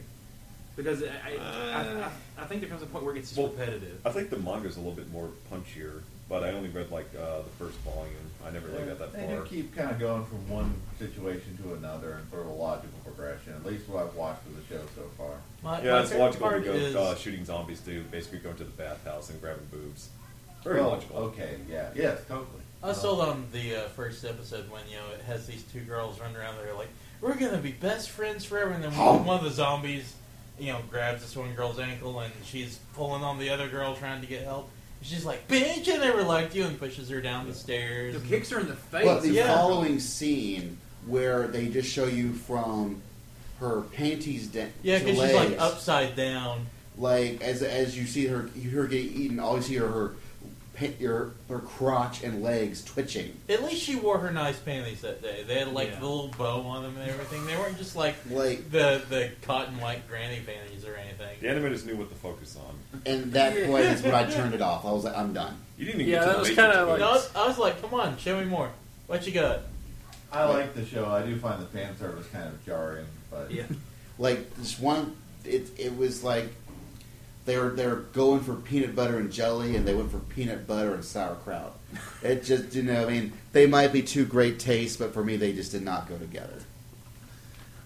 Speaker 6: because I, I,
Speaker 4: Uh.
Speaker 6: I, I, I think there comes a point where it gets just
Speaker 2: Well,
Speaker 6: repetitive.
Speaker 2: I think the manga's a little bit more punchier, but I only read like uh, the first volume. I never really got that
Speaker 4: they
Speaker 2: far.
Speaker 4: do keep kind of going from one situation to another and sort of a logical progression. At least what I've watched of the show so far.
Speaker 3: My,
Speaker 2: yeah,
Speaker 3: my
Speaker 2: it's
Speaker 3: favorite
Speaker 2: logical to
Speaker 3: part
Speaker 2: go
Speaker 3: is
Speaker 2: uh, shooting zombies to basically going to the bathhouse and grabbing boobs. Very
Speaker 4: well,
Speaker 2: logical.
Speaker 4: Oh, Okay, yeah, yes, totally.
Speaker 3: I was sold on the uh, first episode when you know it has these two girls running around. They're like, "We're gonna be best friends forever." And then
Speaker 4: Oh.
Speaker 3: one one of the zombies, you know, grabs this one girl's ankle and she's pulling on the other girl trying to get help. She's like, "Bitch, I never liked you," and pushes her down the stairs.
Speaker 6: The
Speaker 3: And-
Speaker 6: kicks are in the face.
Speaker 1: But the
Speaker 3: Yeah.
Speaker 1: following scene where they just show you from her panties down
Speaker 3: yeah,
Speaker 1: to
Speaker 3: because she's
Speaker 1: legs,
Speaker 3: like upside down.
Speaker 1: like as as you see her her get eaten, all you see are her pa- her, her crotch and legs twitching.
Speaker 3: At least she wore her nice panties that day. They had like
Speaker 6: Yeah.
Speaker 3: the little bow on them and everything. They weren't just like
Speaker 1: Like
Speaker 3: the the cotton white granny panties or anything.
Speaker 2: The animators knew what to focus on.
Speaker 1: and that point is when I turned it off. I was like, I'm done.
Speaker 2: You didn't even
Speaker 5: Yeah,
Speaker 2: get to
Speaker 5: that
Speaker 2: the
Speaker 5: was
Speaker 2: Matrix
Speaker 5: kinda
Speaker 2: movies.
Speaker 3: No, I was, I was like, "Come on, show me more. What you got?"
Speaker 4: I like the show. I do find the fan service kind of jarring, but
Speaker 6: yeah.
Speaker 1: Like this one, it it was like they were they were going for peanut butter and jelly, and they went for peanut butter and sauerkraut. It just you know, I mean, they might be two great tastes, but for me, they just did not go together.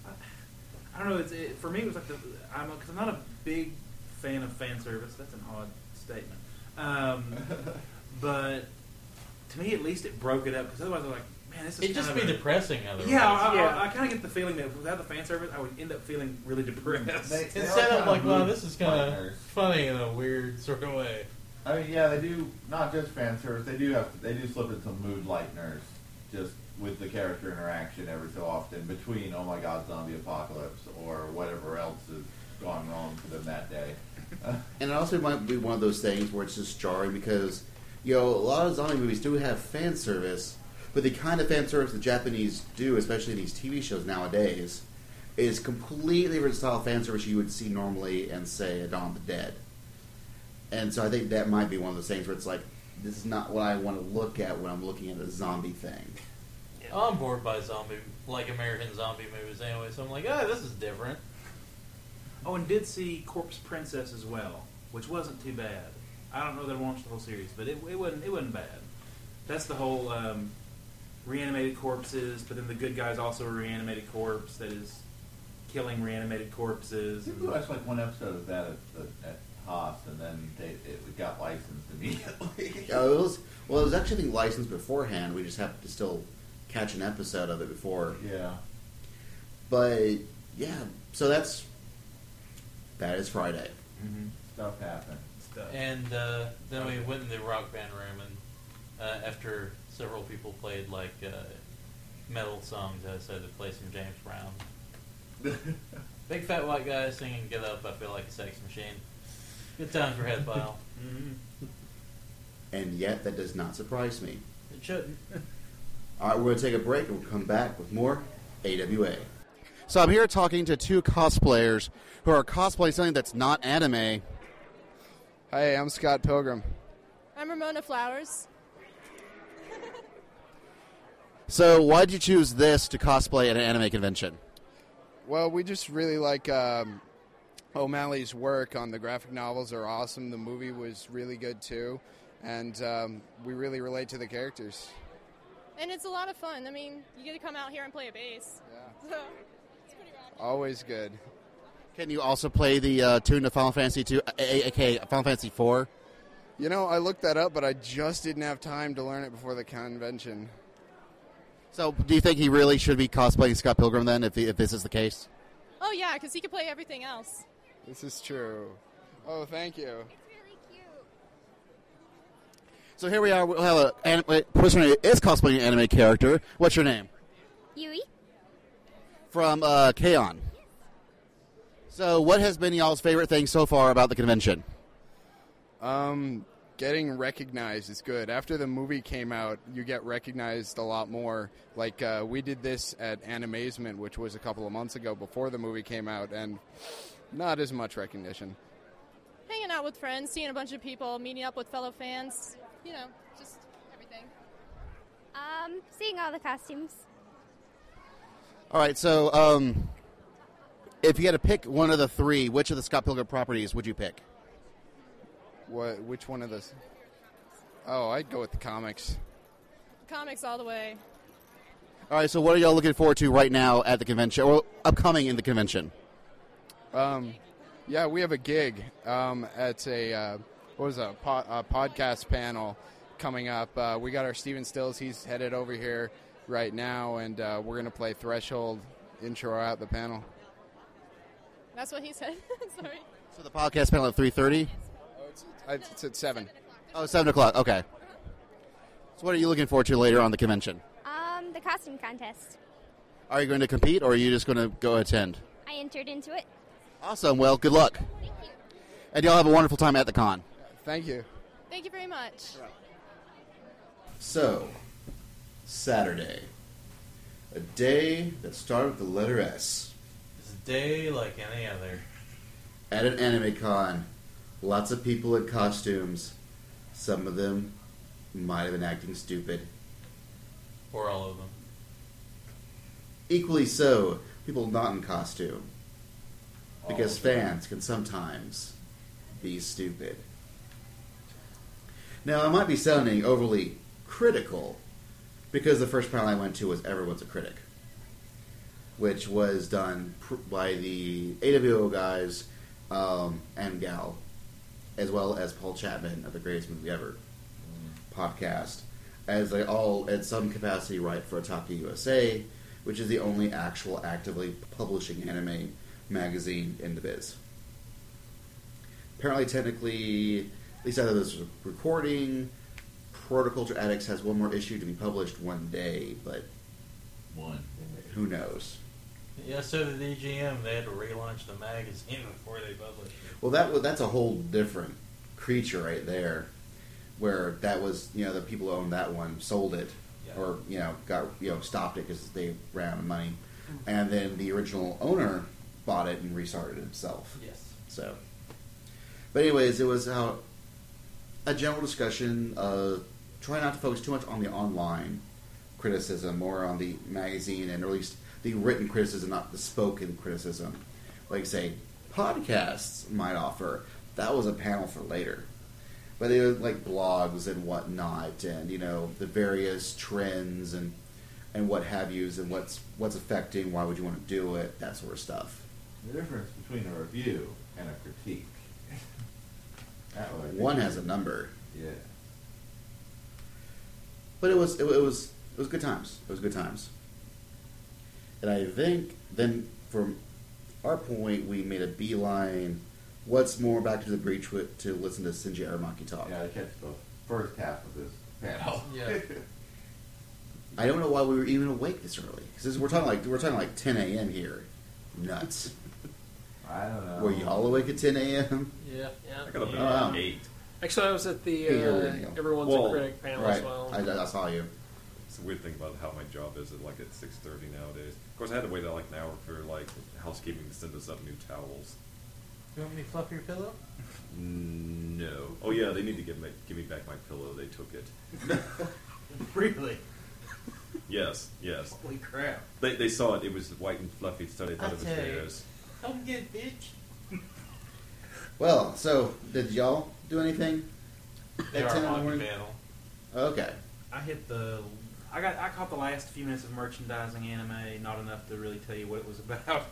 Speaker 6: I don't know. It's, it, for me, it was like the, I'm because I'm not a big fan of fan service. That's an odd statement. Um, but to me, at least it broke it up because otherwise, I'm like, man, this is
Speaker 3: It'd just
Speaker 6: kind
Speaker 3: be
Speaker 6: of a-
Speaker 3: depressing otherwise.
Speaker 6: Yeah, I,
Speaker 5: Yeah.
Speaker 6: I, I kind of get the feeling that without the fan service, I would end up feeling really depressed.
Speaker 4: They- they
Speaker 3: Instead
Speaker 4: are
Speaker 3: of like,
Speaker 4: kinda
Speaker 3: wow,
Speaker 4: mood
Speaker 3: this is kind of
Speaker 4: partners.
Speaker 3: funny in a weird sort of way.
Speaker 4: I mean, yeah, they do not just fan service. They do have they do slip in some mood lighteners, just with the character interaction every so often between oh my god zombie apocalypse or whatever else has gone wrong for them that day. Uh,
Speaker 1: And it also might be one of those things where it's just jarring because, you know, a lot of zombie movies do have fan service, but the kind of fan service the Japanese do, especially in these TV shows nowadays, is completely different style of fan service you would see normally in, say, a Dawn of the Dead. And so I think that might be one of those things where it's like, this is not what I want to look at when I'm looking at a zombie thing.
Speaker 3: I'm bored by zombie, like American zombie movies anyway. So I'm like, oh, this is different.
Speaker 6: Oh, and did see Corpse Princess as well, which wasn't too bad. I don't know that I watched the whole series, but it, it wasn't it wasn't bad. That's the whole um, reanimated corpses, but then the good guys also a reanimated corpse that is killing reanimated
Speaker 4: I
Speaker 6: corpses.
Speaker 4: think we watched like one episode of that at, the, at Haas, and then they, it got licensed immediately.
Speaker 1: Yeah, Oh, it was, well, it was actually licensed beforehand. We just have to still catch an episode of it before
Speaker 4: yeah.
Speaker 1: But yeah, so that's that is Friday.
Speaker 6: Mm-hmm.
Speaker 4: Stuff happened.
Speaker 6: Stuff.
Speaker 3: And uh, then we went in the rock band room, and uh, after several people played like uh, metal songs, I decided to play some James Brown. Big fat white guy singing "Get Up," I feel like a sex machine. Good times for Headpile.
Speaker 6: hmm
Speaker 1: And yet, that does not surprise me.
Speaker 3: It shouldn't.
Speaker 1: All right, we're going to take a break and we'll come back with more AWA. So I'm here talking to two cosplayers who are cosplaying something that's not anime.
Speaker 7: Hi, I'm Scott Pilgrim.
Speaker 8: I'm Ramona Flowers.
Speaker 1: So why did you choose this to cosplay at an anime convention?
Speaker 7: Well, we just really like um, O'Malley's work on the graphic novels are awesome. The movie was really good too, and um, we really relate to the characters.
Speaker 8: And it's a lot of fun. I mean, you get to come out here and play a bass.
Speaker 7: Yeah,
Speaker 8: So it's pretty rad.
Speaker 7: always good.
Speaker 1: Can you also play the uh, tune to Final Fantasy II, aka Final Fantasy IV?
Speaker 7: You know, I looked that up, but I just didn't have time to learn it before the convention.
Speaker 1: So do you think he really should be cosplaying Scott Pilgrim then, if, if this is the case?
Speaker 8: Oh, yeah, because he could play everything else.
Speaker 7: This is true. Oh, thank you.
Speaker 1: So here we are. We'll have a an- a person who is cosplaying an anime character. What's your name?
Speaker 9: Yui?
Speaker 1: From uh, K-On! So, what has been y'all's favorite thing so far about the convention?
Speaker 7: Um, getting recognized is good. After the movie came out, you get recognized a lot more. Like uh, we did this at Animazement, which was a couple of months ago before the movie came out, and not as much recognition.
Speaker 8: Hanging out with friends, seeing a bunch of people, meeting up with fellow fans. you know, just everything.
Speaker 9: Um, seeing all the costumes.
Speaker 1: All right, so um, if you had to pick one of the three, which of the Scott Pilgrim properties would you pick?
Speaker 7: What? Which one of those? Oh, I'd go with the comics.
Speaker 8: Comics all the way.
Speaker 1: All right, so what are y'all looking forward to right now at the convention or upcoming in the convention?
Speaker 7: Um, yeah, we have a gig um, at a uh, what was that, a, po- a podcast panel coming up. Uh, we got our Steven Stills. He's headed over here right now, and uh, we're gonna play Threshold intro out the panel.
Speaker 8: That's what he said. Sorry.
Speaker 1: So the podcast panel at three thirty.
Speaker 7: It's, it's at seven.
Speaker 1: Oh, 7 o'clock. Okay. So what are you looking forward to later on the convention?
Speaker 9: Um, the costume contest.
Speaker 1: Are you going to compete or are you just going to go attend?
Speaker 9: I entered into it.
Speaker 1: Awesome. Well, good luck.
Speaker 9: Thank you.
Speaker 1: And y'all have a wonderful time at the con.
Speaker 7: Thank you.
Speaker 8: Thank you very much.
Speaker 1: So, Saturday. A day that started with the letter S.
Speaker 3: It's a day like any other.
Speaker 1: At an anime con. Lots of people in costumes. Some of them might have been acting stupid.
Speaker 3: Or all of them.
Speaker 1: Equally so, people not in costume. Because fans can sometimes be stupid. Now, I might be sounding overly critical because the first panel I went to was Everyone's a Critic, which was done pr- by the AWO guys um, and gal, as well as Paul Chapman of the Greatest Movie Ever podcast, as they all, at some capacity, write for Otaku USA, which is the only actual actively publishing anime magazine in the biz. Apparently, technically, at least out of this recording, Horticulture Addicts has one more issue to be published one day, but
Speaker 4: One.
Speaker 1: who knows?
Speaker 3: Yeah, so did EGM. They had to relaunch the magazine before they published it.
Speaker 1: Well, that wa- that's a whole different creature right there, where that was you know the people who owned that one sold it
Speaker 3: Yeah.
Speaker 1: or you know got you know stopped it because they ran out of money,
Speaker 3: Mm.
Speaker 1: and then the original owner bought it and restarted it himself.
Speaker 3: Yes.
Speaker 1: So, but anyways, it was uh, a general discussion. Uh, try not to focus too much on the online criticism, more on the magazine and at least the written criticism, not the spoken criticism. Like say, podcasts might offer. That was a panel for later. But it was like blogs and whatnot, and you know the various trends and and what have yous, and what's what's affecting. Why would you want to do it? That sort of stuff.
Speaker 4: The difference between a review and a critique. that was-
Speaker 1: One has a number.
Speaker 4: Yeah.
Speaker 1: but it was it, was it was good times. It was good times. And I think then from our point we made a beeline. What's more back to the breach with, to listen to Sinji Aramaki talk.
Speaker 4: Yeah, I catch the first half of
Speaker 1: Oh,
Speaker 4: this panel.
Speaker 3: Yeah.
Speaker 1: I don't know why we were even awake this early because we're talking like we're talking like 10 a.m. here. Nuts.
Speaker 4: I don't know.
Speaker 1: Were y'all awake at 10 a.m.?
Speaker 5: Yeah,
Speaker 2: I
Speaker 5: yeah.
Speaker 2: got up
Speaker 1: Yeah.
Speaker 2: at eight.
Speaker 5: Actually, I was at the uh,
Speaker 1: Hey, you're real.
Speaker 5: Everyone's
Speaker 2: Well,
Speaker 5: a Critic panel
Speaker 1: right.
Speaker 5: as well.
Speaker 1: I, I saw you.
Speaker 2: It's a weird thing about how my job is at like at six thirty nowadays. Of course, I had to wait like an hour for like housekeeping to send us up new towels.
Speaker 3: You want me to fluff your pillow?
Speaker 2: No. Oh yeah, they need to give me give me back my pillow. They took it.
Speaker 6: really?
Speaker 2: Yes, yes.
Speaker 6: Holy crap.
Speaker 2: They, they saw it. It was white and fluffy, so they thought
Speaker 3: I'll
Speaker 2: it was
Speaker 3: tell you.
Speaker 2: theirs.
Speaker 3: Come get it, bitch.
Speaker 1: Well, so did y'all do anything?
Speaker 3: They
Speaker 1: At
Speaker 3: are
Speaker 1: 10 in the
Speaker 3: on
Speaker 1: morning?
Speaker 3: panel.
Speaker 1: Okay.
Speaker 6: I hit the. I got. I caught the last few minutes of merchandising anime. Not enough to really tell you what it was about.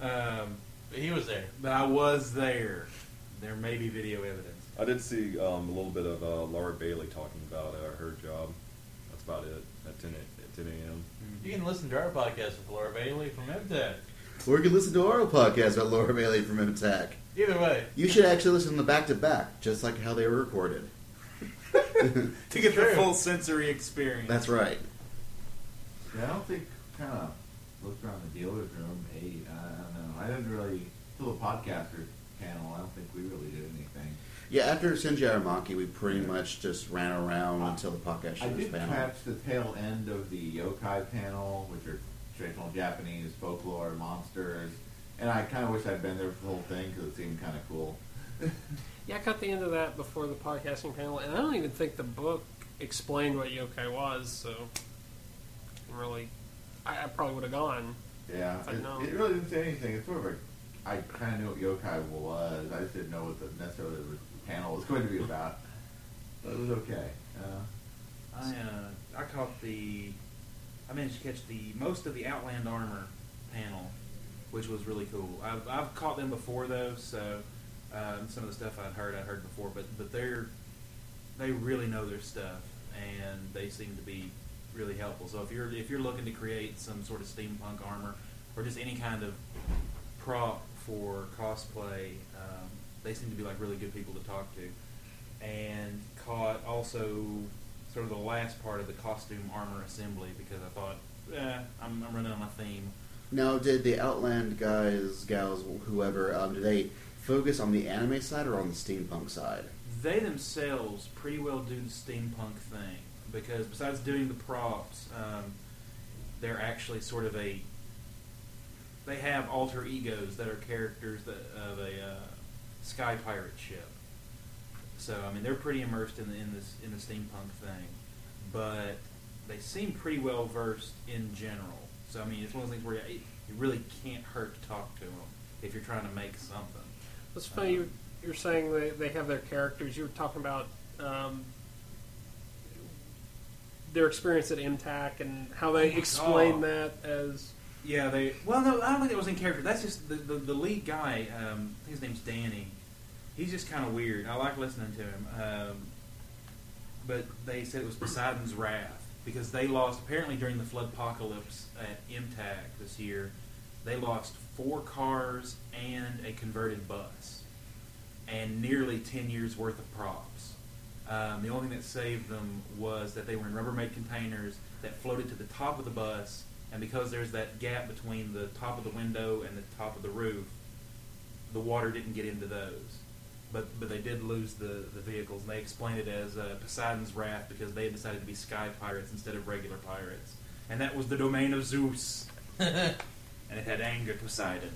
Speaker 6: Um,
Speaker 3: But he was there.
Speaker 6: but I was there. There may be video evidence.
Speaker 2: I did see um, a little bit of uh, Laura Bailey talking about uh, her job. That's about it at ten a, at ten a.m.
Speaker 6: Mm.
Speaker 3: You can listen to our podcast with Laura Bailey from MTech.
Speaker 1: Or you can listen to our podcast by Laura Bailey from MTech.
Speaker 3: Either way,
Speaker 1: You should actually listen to them back to back, just like how they were recorded.
Speaker 6: To get
Speaker 3: True.
Speaker 6: the full sensory experience.
Speaker 1: That's right.
Speaker 4: Yeah, I don't think kind of looked around the dealer's room eight. I don't know. I didn't really till the podcaster panel. I don't think we really did anything.
Speaker 1: Yeah, after Shinji Aramaki, we pretty
Speaker 4: Yeah.
Speaker 1: much just ran around
Speaker 4: Uh,
Speaker 1: until the podcast
Speaker 4: I
Speaker 1: show was
Speaker 4: did
Speaker 1: panel.
Speaker 4: catch the tail end of the yokai panel, which are traditional Japanese folklore monsters, and I kind of wish I'd been there for the whole thing because it seemed kind of cool.
Speaker 5: Yeah, I cut the end of that before the podcasting panel, and I don't even think the book explained what yokai was, so really, I, I probably would have gone.
Speaker 4: Yeah,
Speaker 5: I know.
Speaker 4: it, it really didn't say anything. It's sort of like I kind of knew what yokai was. I just didn't know what the, necessarily the panel was going to be about. But it was okay. Uh,
Speaker 6: I uh, I caught the I managed to catch the most of the Outland armor panel, which was really cool. I've, I've caught them before though, so um, some of the stuff I'd heard I heard before, but but they're they really know their stuff and they seem to be really helpful. So if you're if you're looking to create some sort of steampunk armor or just any kind of prop for cosplay, um, they seem to be like really good people to talk to. And caught also sort of the last part of the costume armor assembly because I thought, eh, I'm, I'm running on my theme.
Speaker 1: Now, did the Outland guys, gals, whoever, um, did they focus on the anime side or on the steampunk side?
Speaker 6: they themselves pretty well do the steampunk thing because besides doing the props, um, they're actually sort of a they have alter egos that are characters that, of a uh, sky pirate ship. So I mean, they're pretty immersed in the, in this in the steampunk thing, but they seem pretty well versed in general. So I mean, it's one of those things where you, you really can't hurt to talk to them if you're trying to make something.
Speaker 5: That's funny.
Speaker 6: Um,
Speaker 5: you're, you're saying they, they have their characters. You were talking about um, their experience at MTAC and how
Speaker 6: Oh
Speaker 5: they
Speaker 6: my
Speaker 5: explain
Speaker 6: God.
Speaker 5: that as
Speaker 6: Yeah, they. Well, no, I don't think that was in character. That's just the the, the lead guy. Um, I think his name's Danny. He's just kind of weird. I like listening to him. Um, but they said it was Poseidon's wrath because they lost apparently during the flood apocalypse at MTAC this year. They lost four cars and a converted bus, and nearly ten years worth of props. Um, the only thing that saved them was that they were in Rubbermaid containers that floated to the top of the bus, and because there's that gap between the top of the window and the top of the roof, the water didn't get into those. But but they did lose the, the vehicles, and they explained it as uh, Poseidon's wrath because they had decided to be sky pirates instead of regular pirates, and that was the domain of Zeus, and it had angered Poseidon.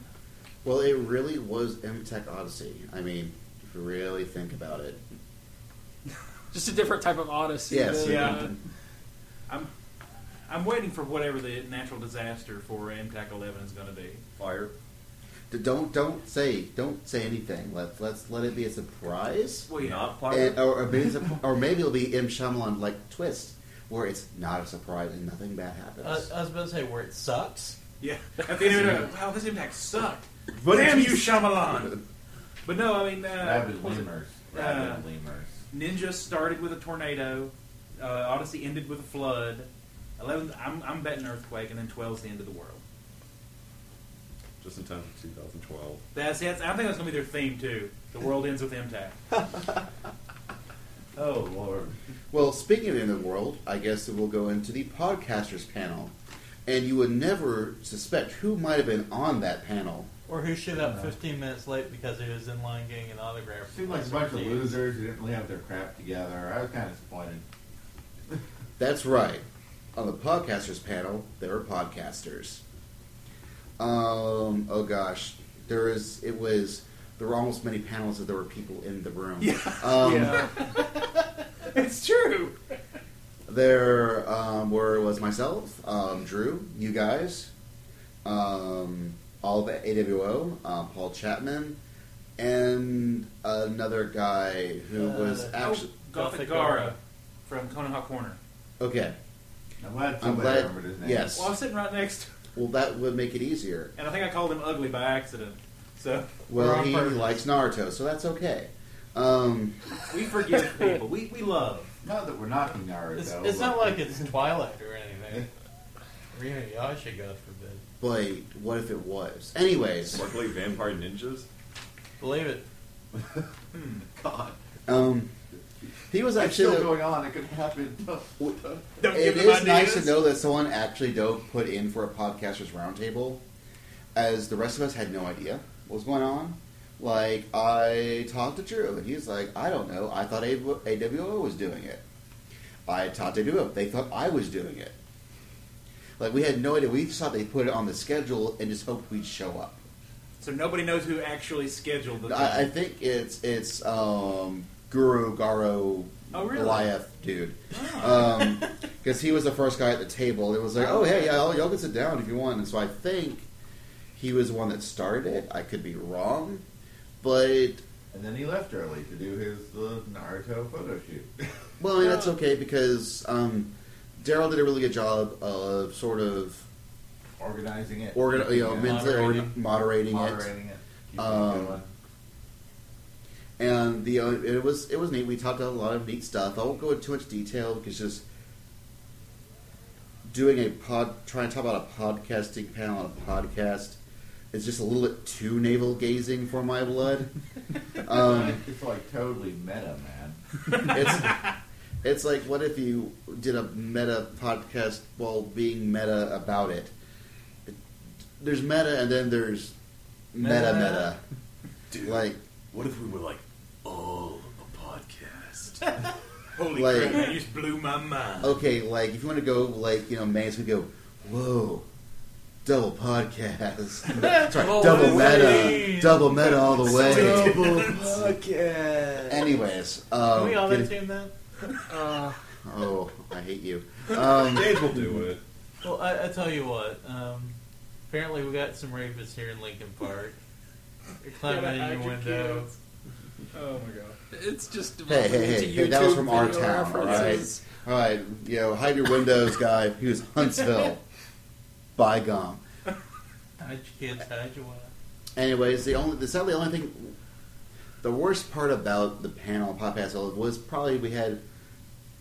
Speaker 1: Well, it really was MTech Odyssey. I mean, if you really think about it.
Speaker 5: just a different type of Odyssey.
Speaker 1: Yes,
Speaker 5: than,
Speaker 1: yeah.
Speaker 5: uh,
Speaker 6: I'm I'm waiting for whatever the natural disaster for MTAC 11 is going to be.
Speaker 2: Fire.
Speaker 1: D- Don't don't say don't say anything. Let's let's let it be a surprise,
Speaker 6: Well, yeah.
Speaker 2: Not fire.
Speaker 1: and, or, or, maybe it's a- or maybe it'll be M Shyamalan like twist, where it's not a surprise and nothing bad happens.
Speaker 3: I, I was about to say where it sucks.
Speaker 6: Yeah. At the end of it, wow, this impact sucked.
Speaker 2: But
Speaker 6: Damn you,
Speaker 2: it's-
Speaker 6: Shyamalan. But no, I mean, uh,
Speaker 4: rabid
Speaker 6: what was it?
Speaker 4: lemurs.
Speaker 6: uh,
Speaker 4: Rabid lemurs.
Speaker 6: Ninja started with a tornado. Uh, Odyssey ended with a flood. Eleven, I'm, I'm betting earthquake, and then 12's the end of the world.
Speaker 2: Just in time for 2012.
Speaker 6: That's, that's I think that's gonna be their theme too. The world ends with MTAC.
Speaker 4: Oh lord.
Speaker 1: Well, speaking of in the world, I guess we'll go into the podcasters panel, and you would never suspect who might have been on that panel.
Speaker 3: Or who showed up
Speaker 4: Yeah.
Speaker 3: 15 minutes late because he was in line getting an autograph.
Speaker 4: Seemed like a bunch of losers who didn't really have their crap together. I was kind of disappointed.
Speaker 1: That's right. On the podcasters panel, there were podcasters. Um. Oh gosh, there is. It was. There were almost many panels that there were people in the room. Yeah. Um,
Speaker 6: it's true.
Speaker 1: There um, were was myself, um, Drew, you guys, um, all the AWO, um, Paul Chapman, and another guy who
Speaker 3: Uh,
Speaker 6: oh,
Speaker 1: was actually
Speaker 6: Gothic Gara from Konoha Corner.
Speaker 1: okay.
Speaker 4: I'm glad
Speaker 1: I'm
Speaker 4: somebody
Speaker 1: glad.
Speaker 4: remembered his name.
Speaker 1: Yes.
Speaker 6: Well, I was sitting right next to him,
Speaker 1: Well, that would make it easier.
Speaker 6: and I think I called him ugly by accident. So we're
Speaker 1: Well,
Speaker 6: on
Speaker 1: he
Speaker 6: purpose.
Speaker 1: likes Naruto, so that's okay. Um,
Speaker 6: we forgive people. We we love.
Speaker 4: Not that we're knocking Naruto.
Speaker 3: It's, it's not
Speaker 4: but-
Speaker 3: like it's Twilight or anything. Or even Yasha, God forbid.
Speaker 1: but what if it was? Anyways,
Speaker 2: Sparkly vampire ninjas. Hmm,
Speaker 3: Believe it.
Speaker 4: God.
Speaker 1: um, he was
Speaker 4: It's still
Speaker 1: actually.
Speaker 4: going on. It could happen.
Speaker 6: Don't
Speaker 1: it
Speaker 6: give them
Speaker 1: is nice to
Speaker 6: ideas.
Speaker 1: know that someone actually dove put in for a podcasters roundtable, as the rest of us had no idea what was going on. Like I talked to Drew, and he's like, "I don't know. I thought AWO was doing it. I talked to AWO. They thought I was doing it. Like we had no idea. We just thought they put it on the schedule and just hoped we'd show up.
Speaker 6: So nobody knows who actually scheduled the.
Speaker 1: I, I
Speaker 6: thing.
Speaker 1: think it's it's um, Guru Garo
Speaker 6: Oh, really? Oh.
Speaker 1: Goliath dude, because he was the first guy at the table. It was like, oh hey, y'all, y'all can sit down if you want. And so I think he was the one that started it. I could be wrong, but
Speaker 4: And then he left early to do his uh, Naruto photo shoot.
Speaker 1: Well, I mean, that's okay because um, Daryl did a really good job of sort of
Speaker 4: Organizing it.
Speaker 1: organ- you know,
Speaker 4: Yeah.
Speaker 1: mentally
Speaker 3: Moderating.
Speaker 1: organ- moderating, it,
Speaker 4: Moderating it. Keeping
Speaker 1: Um,
Speaker 4: it going.
Speaker 1: and the uh, it was it was neat. We talked about a lot of neat stuff. I won't go into too much detail because just doing a pod, trying to talk about a podcasting panel on a podcast is just a little bit too navel gazing for my blood. um,
Speaker 4: it's like totally meta, man.
Speaker 1: it's it's like what if you did a meta podcast while being meta about it? There's meta and then there's meta meta.
Speaker 2: Dude,
Speaker 1: Like
Speaker 2: what if we were like all a podcast?
Speaker 6: Holy
Speaker 1: like-
Speaker 6: crap! man, You just blew my mind.
Speaker 1: okay, like if you want to go like you know mains, we go whoa. Double podcast, Sorry,
Speaker 3: Double
Speaker 1: double meta,
Speaker 3: ways.
Speaker 1: double meta all the way.
Speaker 2: podcast.
Speaker 1: Anyways,
Speaker 3: Can
Speaker 1: um,
Speaker 3: we all
Speaker 1: get-
Speaker 3: tune that?
Speaker 5: Uh,
Speaker 1: oh, I hate you. Um,
Speaker 2: James will do it.
Speaker 3: Well, I, I tell you what. Um, apparently, we got some rapists here in Lincoln Park. They're climbing
Speaker 5: Yeah,
Speaker 3: in your
Speaker 5: I could
Speaker 3: window.
Speaker 6: Oh my god!
Speaker 5: it's just
Speaker 1: Hey, hey, hey, hey, that was from our
Speaker 5: video
Speaker 1: town, all
Speaker 5: references.
Speaker 1: All right, you know, hide your windows, guy. He was Huntsville. By gum.
Speaker 3: Hide your kids. Hide your wife.
Speaker 1: Anyways, the only, the sadly, the only thing, the worst part about the panel podcast was probably we had,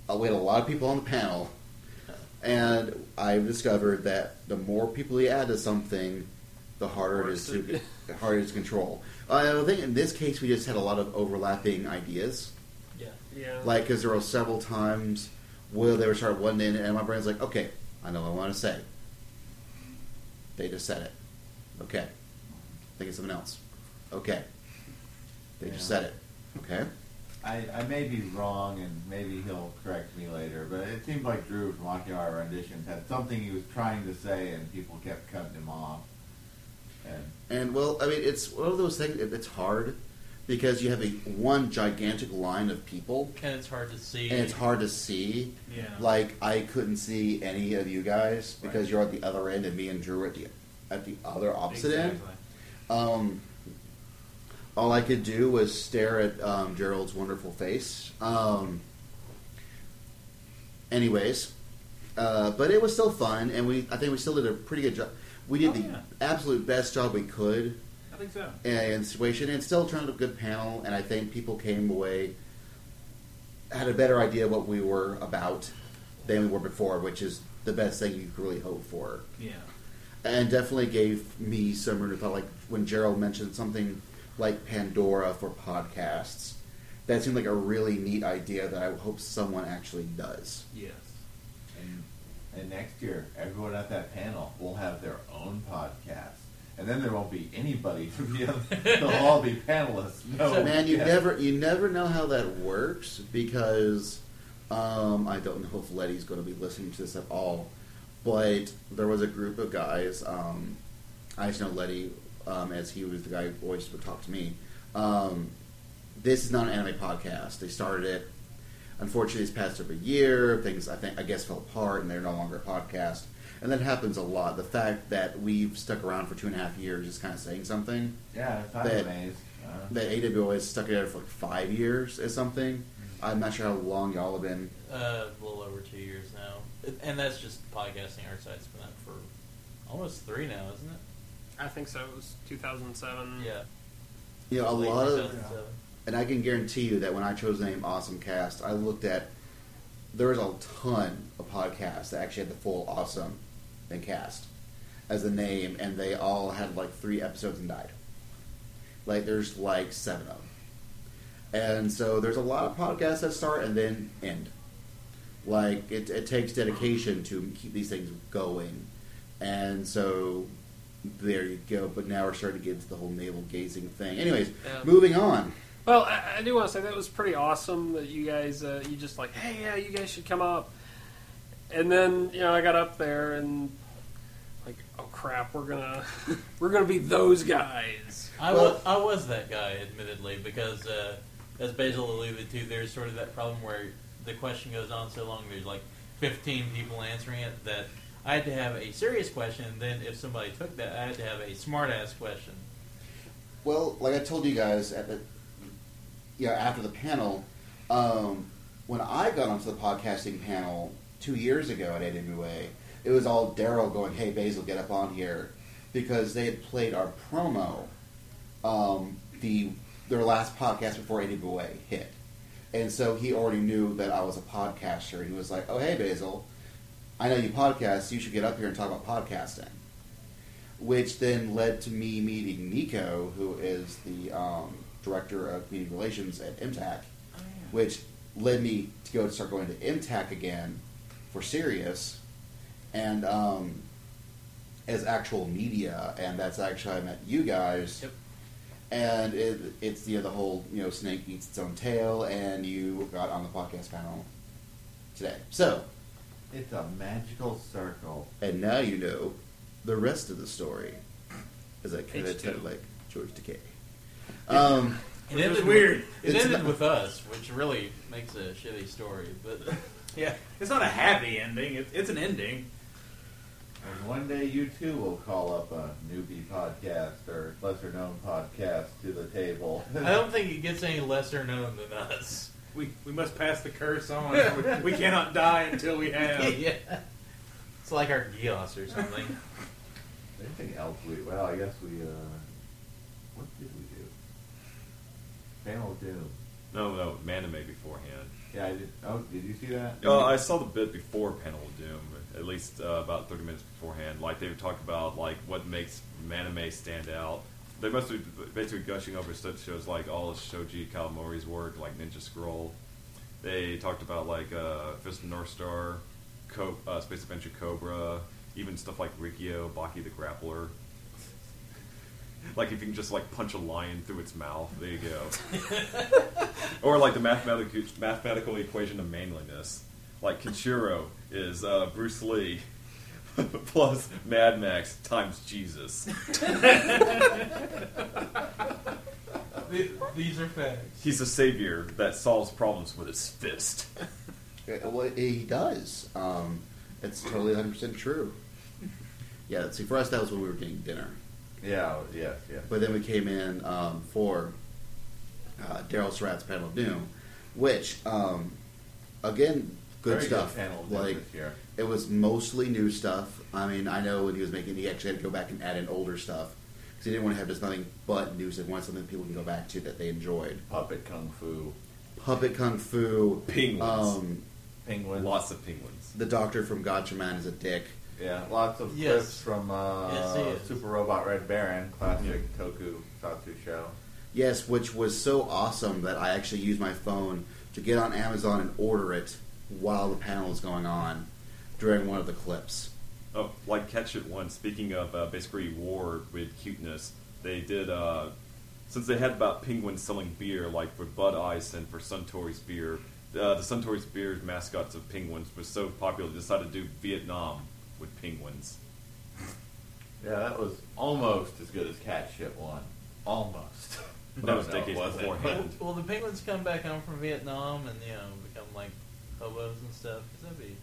Speaker 1: uh, we had a lot of people on the panel, and I've discovered that the more people you add to something, the harder it is to, the harder it is to control. Uh, I think in this case we just had a lot of overlapping ideas.
Speaker 5: Yeah.
Speaker 1: Like, because there were several times where they were started one day, and my brain's like, okay, I know what I want to say. They just said it. Okay. Think of something else. Okay. They just
Speaker 4: Yeah.
Speaker 1: said it. Okay.
Speaker 4: I, I may be wrong, and maybe he'll correct me later, but it seemed like Drew from Akihabara Renditions had something he was trying to say, and people kept cutting him off. And
Speaker 1: And well, I mean, it's one of those things. it- It's hard because you have a one gigantic line of people,
Speaker 3: And it's hard to see.
Speaker 1: and it's hard to see.
Speaker 6: Yeah.
Speaker 1: Like I couldn't see any of you guys because
Speaker 6: Right.
Speaker 1: you're at the other end, and me and Drew are at the at the other opposite end.
Speaker 6: Exactly.
Speaker 1: Um, all I could do was stare at um, Gerald's wonderful face. Um, anyways, uh, but it was still fun, and we I think we still did a pretty good job. We did
Speaker 6: Oh,
Speaker 1: the
Speaker 6: yeah.
Speaker 1: absolute best job we could
Speaker 6: I think so.
Speaker 1: in in situation, and it still turned out a good panel. And I think people came away had a better idea of what we were about than we were before, which is the best thing you could really hope for
Speaker 6: Yeah.
Speaker 1: and definitely gave me some room to thought. Like when Gerald mentioned something like Pandora for podcasts, that seemed like a really neat idea that I hope someone actually does.
Speaker 6: Yes.
Speaker 4: And, and next year, everyone at that panel will have their own podcast. And then there won't be anybody from the other. They'll all be panelists. No,
Speaker 1: So, man, you
Speaker 4: guest.
Speaker 1: never you never know how that works because um, I don't know if Letty's going to be listening to this at all. But there was a group of guys. Um, I just know Letty um, as he was the guy who always would talk to me. Um, this is not an anime podcast. They started it. Unfortunately, it's passed over a year. Things I think I guess fell apart, and they're no longer a podcast. And that happens a lot. The fact that we've stuck around for two and a half years is kind of saying something
Speaker 4: Yeah, it's not
Speaker 1: That-
Speaker 4: amazed. Uh,
Speaker 1: that AWO has stuck it out for like five years or something.
Speaker 4: Mm-hmm.
Speaker 1: I'm not sure how long y'all have been.
Speaker 3: Uh, a little over two years now, and that's just podcasting. Our site's been up for almost three now, isn't it?
Speaker 5: I think so. It was 2007.
Speaker 3: Yeah.
Speaker 1: You know, a
Speaker 3: Late
Speaker 1: lot of,
Speaker 3: 2007.
Speaker 1: and I can guarantee you that when I chose the name Awesome Cast, I looked at there was a ton of podcasts that actually had the full Awesome and Cast as the name, and they all had like three episodes and died. Like there's like seven of them, and so there's a lot of podcasts that start and then end. Like it, it takes dedication to keep these things going, and so there you go. But now we're starting to get into the whole navel gazing thing. Anyways,
Speaker 5: Yeah.
Speaker 1: moving on.
Speaker 5: Well, I, I do want to say that was pretty awesome that you guys, uh, you just like, hey, yeah, you guys should come up. And then, you know, I got up there and like, oh crap, we're gonna we're gonna be those guys.
Speaker 3: I
Speaker 1: Well-
Speaker 3: was I was that guy, admittedly, because uh, as Basil alluded to, there's sort of that problem where the question goes on so long. There's like 15 people answering it that I had to have a serious question. And then if somebody took that, I had to have a smart ass question.
Speaker 1: Well, like I told you guys at the yeah after the panel, um, when I got onto the podcasting panel two years ago at AWA, it was all Daryl going, "Hey Basil, get up on here," because they had played our promo, um, the their last podcast before AWA hit, and so he already knew that I was a podcaster, and he was like, "Oh hey Basil, I know you podcast. You should get up here and talk about podcasting." which then led to me meeting Nico, who is the um, director of community relations at MTAC, which led me to go to start going to MTAC again for Sirius, and um, as actual media, and that's actually how I met you guys.
Speaker 3: Yep.
Speaker 1: And it, it's you know, the whole you know snake eats its own tail, and you got on the podcast panel today. So,
Speaker 4: It's a magical circle.
Speaker 1: and now you know the rest of the story. As I kind
Speaker 5: Page
Speaker 1: of
Speaker 5: two.
Speaker 1: tell like George Takei. Um,
Speaker 3: It
Speaker 6: Which
Speaker 3: ended
Speaker 6: was
Speaker 3: with-
Speaker 6: weird.
Speaker 3: it
Speaker 1: It's
Speaker 3: ended
Speaker 1: not-
Speaker 3: with us, which really makes a shitty story. But yeah,
Speaker 6: It's not a happy ending. It, it's an ending.
Speaker 4: And one day you too will call up a newbie podcast or lesser known podcast to the table.
Speaker 3: I don't think it gets any lesser known than us.
Speaker 6: We, we must pass the curse on. we, we cannot die until we have.
Speaker 3: yeah, it's like our Gios or something.
Speaker 4: Anything else we, well, I guess we, uh, what did we do? Panel of Doom.
Speaker 2: No, no, Manime beforehand.
Speaker 4: Yeah, I did, oh, did you see that?
Speaker 2: Uh, I saw the bit before Panel of Doom, at least uh, about 30 minutes beforehand. Like they were talking about like what makes Manime stand out. They must be basically gushing over such shows like all of Shoji Kawamori's work, like Ninja Scroll. They talked about like uh, Fist of the North Star, Co- uh, Space Adventure Cobra, even stuff like Rikio, Baki the Grappler. Like if you can just like punch a lion through its mouth, there you go. or like the mathematical mathematical equation of manliness. Like Kinshiro is uh, Bruce Lee plus Mad Max times Jesus.
Speaker 3: Th- These are facts.
Speaker 2: He's a savior that solves problems with his fist.
Speaker 1: uh, well, he does. Um, that's totally 100% true. Yeah, see, for us, that was when we were getting dinner.
Speaker 4: Yeah, yes, yes.
Speaker 1: But then we came in um, for uh, Daryl Surratt's Panel of Doom, which, um, again, good
Speaker 4: Very
Speaker 1: stuff.
Speaker 4: Good panel of Doom
Speaker 1: like,
Speaker 4: this year.
Speaker 1: It was mostly new stuff. I mean, I know when he was making, he actually had to go back and add in older stuff because he didn't want to have just nothing but new stuff. He wanted something people can go back to that they enjoyed.
Speaker 4: Puppet Kung Fu,
Speaker 1: Puppet Kung Fu,
Speaker 2: Penguins.
Speaker 1: um,
Speaker 4: Penguin.
Speaker 2: Lots of penguins.
Speaker 1: the Doctor from Gotcha Man is a dick.
Speaker 4: Yeah, lots of
Speaker 3: Yes.
Speaker 4: clips from uh,
Speaker 3: Yes, he is.
Speaker 4: Super Robot Red Baron, classic Toku Satsu show.
Speaker 1: Yes, which was so awesome that I actually used my phone to get on Amazon and order it while the panel was going on during one of the clips.
Speaker 2: Oh, like Catch It One. Speaking of uh, basically war with cuteness, they did. Uh, since they had about penguins selling beer, like for Bud Ice and for Suntory's beer, uh, the Suntory's beer mascots of penguins was so popular, they decided to do Vietnam with penguins.
Speaker 4: Yeah, that was almost as good as Cat Shit One. Almost.
Speaker 2: That
Speaker 4: No,
Speaker 2: was
Speaker 4: no, it
Speaker 2: decades
Speaker 4: wasn't.
Speaker 2: beforehand.
Speaker 3: Will the penguins come back home from Vietnam and you know become like hobos and stuff? Because that'd be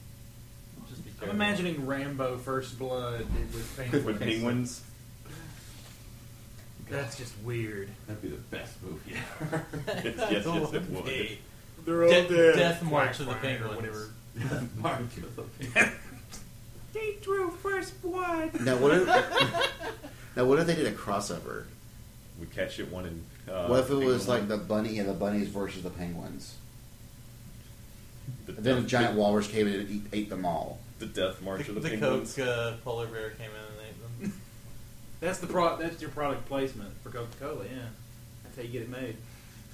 Speaker 3: just be
Speaker 6: I'm
Speaker 3: terrible.
Speaker 6: imagining Rambo First Blood with penguins.
Speaker 2: with penguins.
Speaker 6: That's just weird.
Speaker 4: That'd be the best movie ever.
Speaker 2: Yes, yes, yes, it would.
Speaker 3: Hey,
Speaker 6: They're
Speaker 3: all De- dead. Death March of the Penguins.
Speaker 4: March of the Penguins.
Speaker 6: They drew First Blood.
Speaker 1: Now what? If, now what if they did a crossover?
Speaker 2: We Catch It One and. Uh,
Speaker 1: what if it was
Speaker 2: Penguin.
Speaker 1: like the bunny and the bunnies versus the penguins?
Speaker 2: the,
Speaker 1: And then a
Speaker 2: death-
Speaker 1: giant walrus came in and eat, ate them all.
Speaker 2: the Death March
Speaker 3: the,
Speaker 2: of the,
Speaker 3: the
Speaker 2: Penguins?
Speaker 3: Coke uh, polar bear came in and ate them.
Speaker 6: That's the pro. That's your product placement for Coca Cola. Yeah, that's how you get it made.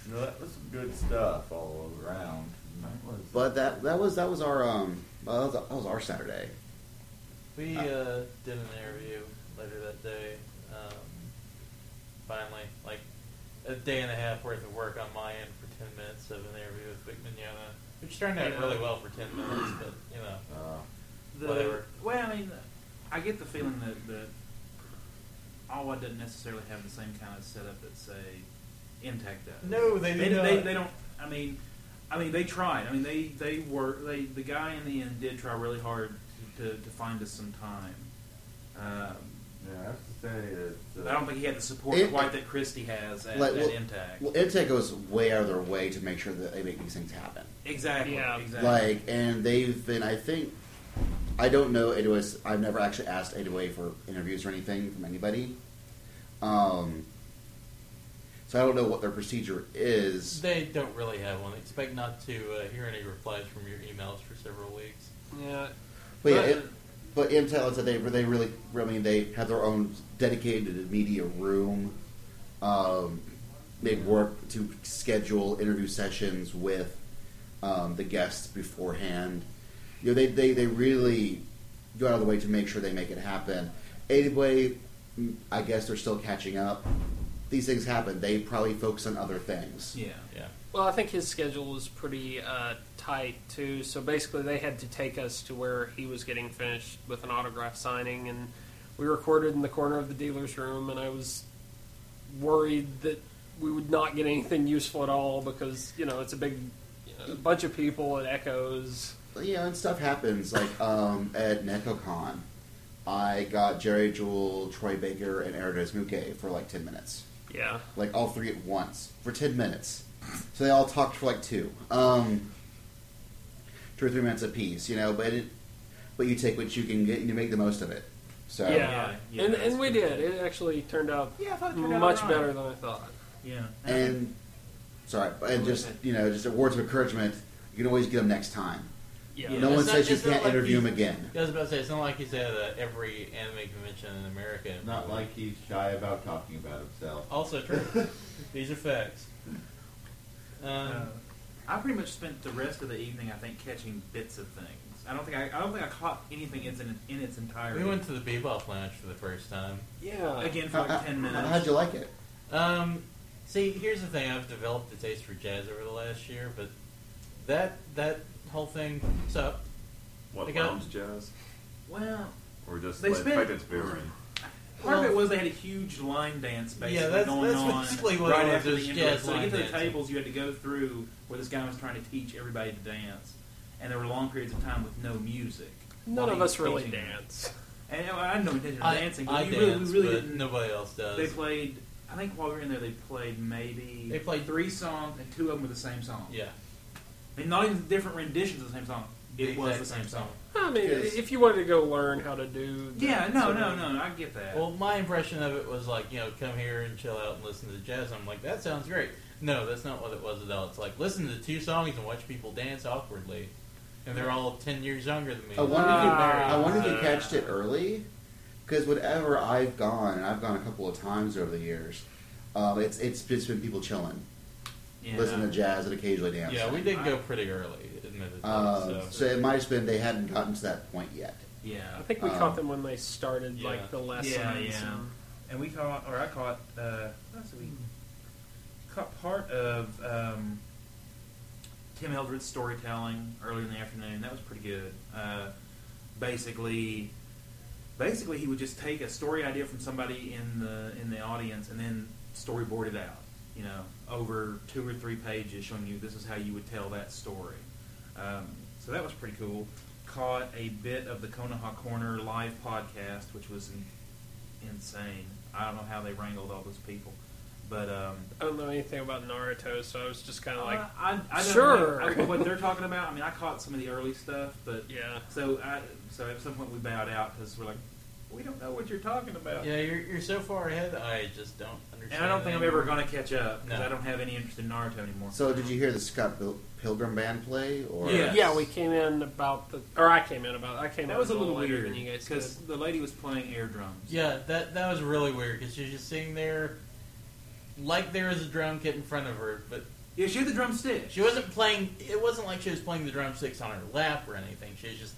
Speaker 4: You know, that was some good stuff all around. That was-
Speaker 1: But that that was that was our um well, that, was, that was our Saturday.
Speaker 3: We uh, did an interview later that day. Um, finally, like a day and a half worth of work on my end for ten minutes of an interview with Vic Mignogna, which turned out really well for ten minutes. But you know,
Speaker 4: uh,
Speaker 6: The,
Speaker 3: Whatever.
Speaker 6: Well, I mean, I get the feeling that, that Alwa doesn't necessarily have the same kind of setup that say Intech does.
Speaker 3: No, they do
Speaker 6: they, They,
Speaker 3: not.
Speaker 6: they don't. I mean, I mean they tried. I mean they they were they the guy in the end did try really hard to to, to find us some time. Um,
Speaker 4: Yeah, I have to say that.
Speaker 6: I don't think he had the support
Speaker 1: It-
Speaker 6: quite that Christie has at,
Speaker 1: Like,
Speaker 6: at
Speaker 1: well-
Speaker 6: Intech.
Speaker 1: Well, Intech goes way out of their way to make sure that they make these things happen.
Speaker 6: exactly.
Speaker 5: Yeah.
Speaker 6: Um, Exactly.
Speaker 1: Like, and they've been, I think, I don't know AWS, I've never actually asked AWA for interviews or anything from anybody. Um, so I don't know what their procedure is.
Speaker 3: They don't really have one. Expect not to uh, hear any replies from your emails for several weeks.
Speaker 5: Yeah,
Speaker 1: But yeah, it, but Intel said they they really I mean they have their own dedicated media room. Um, they work to schedule interview sessions with um, the guests beforehand. You know they, they, they really go out of the way to make sure they make it happen. Anyway, mm, I guess they're still catching up. These things happen. They probably focus on other things.
Speaker 6: yeah.
Speaker 3: Yeah.
Speaker 5: Well, I think his schedule was pretty uh, tight too. So basically, they had to take us to where he was getting finished with an autograph signing, and we recorded in the corner of the dealer's room. And I was worried that we would not get anything useful at all because you know it's a big you know, bunch of people. It echoes.
Speaker 1: But, you know, and stuff happens. Like um, at NecoCon, I got Jerry Jewell, Troy Baker, and Erdos Muke for like ten minutes.
Speaker 5: Yeah.
Speaker 1: Like all three at once for ten minutes. So they all talked for like two, um, two or three minutes apiece. You know, but it, but you take what you can get and you make the most of it. So
Speaker 5: yeah.
Speaker 6: yeah,
Speaker 5: and
Speaker 6: that's
Speaker 5: and we
Speaker 6: pretty
Speaker 5: did. It actually turned out
Speaker 6: Yeah, I thought it turned out
Speaker 5: much
Speaker 6: all right.
Speaker 5: better than I thought.
Speaker 6: Yeah.
Speaker 1: and sorry, and just you know, just words of encouragement. You can always get them next time.
Speaker 5: Yeah.
Speaker 3: Yeah.
Speaker 1: no one
Speaker 3: It's not-
Speaker 1: says you
Speaker 3: it's not
Speaker 1: can't
Speaker 3: like
Speaker 1: interview
Speaker 3: he's-
Speaker 1: them again.
Speaker 3: I was about to say, it's not like he's at uh, every anime convention in America.
Speaker 4: Not like he's shy about talking about himself.
Speaker 3: Also true. These are facts. Um,
Speaker 6: Uh, I pretty much spent the rest of the evening, I think, catching bits of things. I don't think I, I don't think I caught anything in, its- in its entirety.
Speaker 3: we went to the Bebop Lounge for the first time.
Speaker 5: Yeah.
Speaker 6: again for
Speaker 1: How,
Speaker 6: like ten minutes.
Speaker 1: would you like it?
Speaker 3: Um, see, here's the thing. I've developed a taste for jazz over the last year, but that that whole thing sucked.
Speaker 2: What
Speaker 3: They got-
Speaker 2: lounge jazz,
Speaker 6: well,
Speaker 2: or just
Speaker 6: They
Speaker 2: like,
Speaker 6: spent-
Speaker 2: fact it's boring.
Speaker 6: part of
Speaker 3: Well-
Speaker 6: it was they had a huge line dance basically
Speaker 3: that's-
Speaker 6: going
Speaker 3: that's
Speaker 6: on
Speaker 3: basically what
Speaker 6: right
Speaker 3: it was,
Speaker 6: after
Speaker 3: is
Speaker 6: the end.
Speaker 3: jazz
Speaker 6: of it. so to
Speaker 3: line
Speaker 6: get to the
Speaker 3: dancing.
Speaker 6: tables, you had to go through where this guy was trying to teach everybody to dance, and there were long periods of time with no music.
Speaker 5: None
Speaker 6: while
Speaker 5: of
Speaker 6: he was
Speaker 5: us really
Speaker 6: teaching.
Speaker 5: dance.
Speaker 6: And you know, I had no intention of
Speaker 3: I-
Speaker 6: dancing, but
Speaker 3: I
Speaker 6: you really,
Speaker 3: dance,
Speaker 6: we really
Speaker 3: but
Speaker 6: didn't.
Speaker 3: nobody else does.
Speaker 6: They played. I think while we were in there, they played maybe
Speaker 3: They played-
Speaker 6: three songs, and two of them were the same song.
Speaker 3: yeah,
Speaker 6: I mean, not even different renditions of the same song. It
Speaker 3: The
Speaker 6: was
Speaker 3: exact
Speaker 6: the same
Speaker 3: same
Speaker 6: song.
Speaker 3: song.
Speaker 5: I mean,
Speaker 1: Yes.
Speaker 5: if you wanted to go learn how to do. the
Speaker 6: Yeah, no,
Speaker 5: sort
Speaker 6: no,
Speaker 5: of-
Speaker 6: no, I get that.
Speaker 3: Well, my impression of it was like, you know, come here and chill out and listen to jazz. I'm like, that sounds great. No, that's not what it was at all. It's like listen to two songs and watch people dance awkwardly, and they're all ten years younger than me.
Speaker 1: I wonder if you,
Speaker 5: Ah.
Speaker 1: I wonder if you
Speaker 6: Ah.
Speaker 1: catched it early, because whenever I've gone, and I've gone a couple of times over the years, um, it's it's just been people chilling,
Speaker 6: yeah.
Speaker 1: listening to jazz, and occasionally dancing.
Speaker 3: yeah, we did go pretty early, admittedly.
Speaker 1: Uh,
Speaker 3: so.
Speaker 1: so it might have been they hadn't gotten to that point yet.
Speaker 6: yeah.
Speaker 5: I think we
Speaker 1: Um,
Speaker 5: caught them when they started,
Speaker 3: yeah.
Speaker 5: like the lessons.
Speaker 6: yeah.
Speaker 5: and-
Speaker 6: And we caught, or I caught, uh, last week, caught part of um, Tim Eldred's storytelling earlier in the afternoon. That was pretty good. Uh, basically, basically he would just take a story idea from somebody in the in the audience and then storyboard it out. You know, over two or three pages, showing you this is how you would tell that story. Um, so that was pretty cool. Caught a bit of the Konoha Corner live podcast, which was in, insane. I don't know how they wrangled all those people, but um,
Speaker 5: I don't know anything about Naruto, so I was just kind of like,
Speaker 6: Uh, I- I, I don't
Speaker 5: sure.
Speaker 6: know I don't know what they're talking about. I mean, I caught some of the early stuff, but
Speaker 5: yeah.
Speaker 6: so I, so at some point we bowed out because we're like, we don't know what you're talking about.
Speaker 3: yeah, you're, you're so far ahead. I just don't
Speaker 6: And
Speaker 3: understand.
Speaker 6: I don't think I'm ever going to catch up because
Speaker 3: No.
Speaker 6: I don't have any interest in Naruto anymore.
Speaker 1: So did you hear the Scott Pil- Pilgrim band play? Or
Speaker 6: Yeah. Yes.
Speaker 5: Yeah, we came in about the, or I came in about, I came
Speaker 6: that
Speaker 5: in
Speaker 6: was a
Speaker 5: little
Speaker 6: little
Speaker 5: later
Speaker 6: weird
Speaker 5: than you guys
Speaker 6: because
Speaker 5: did.
Speaker 6: the lady was playing air drums.
Speaker 3: Yeah, that that was really weird because she's just sitting there, like there was a drum kit in front of her, but
Speaker 6: Yeah, she had the drumstick.
Speaker 3: She wasn't playing. It wasn't like she was playing the drumsticks on her lap or anything. She was just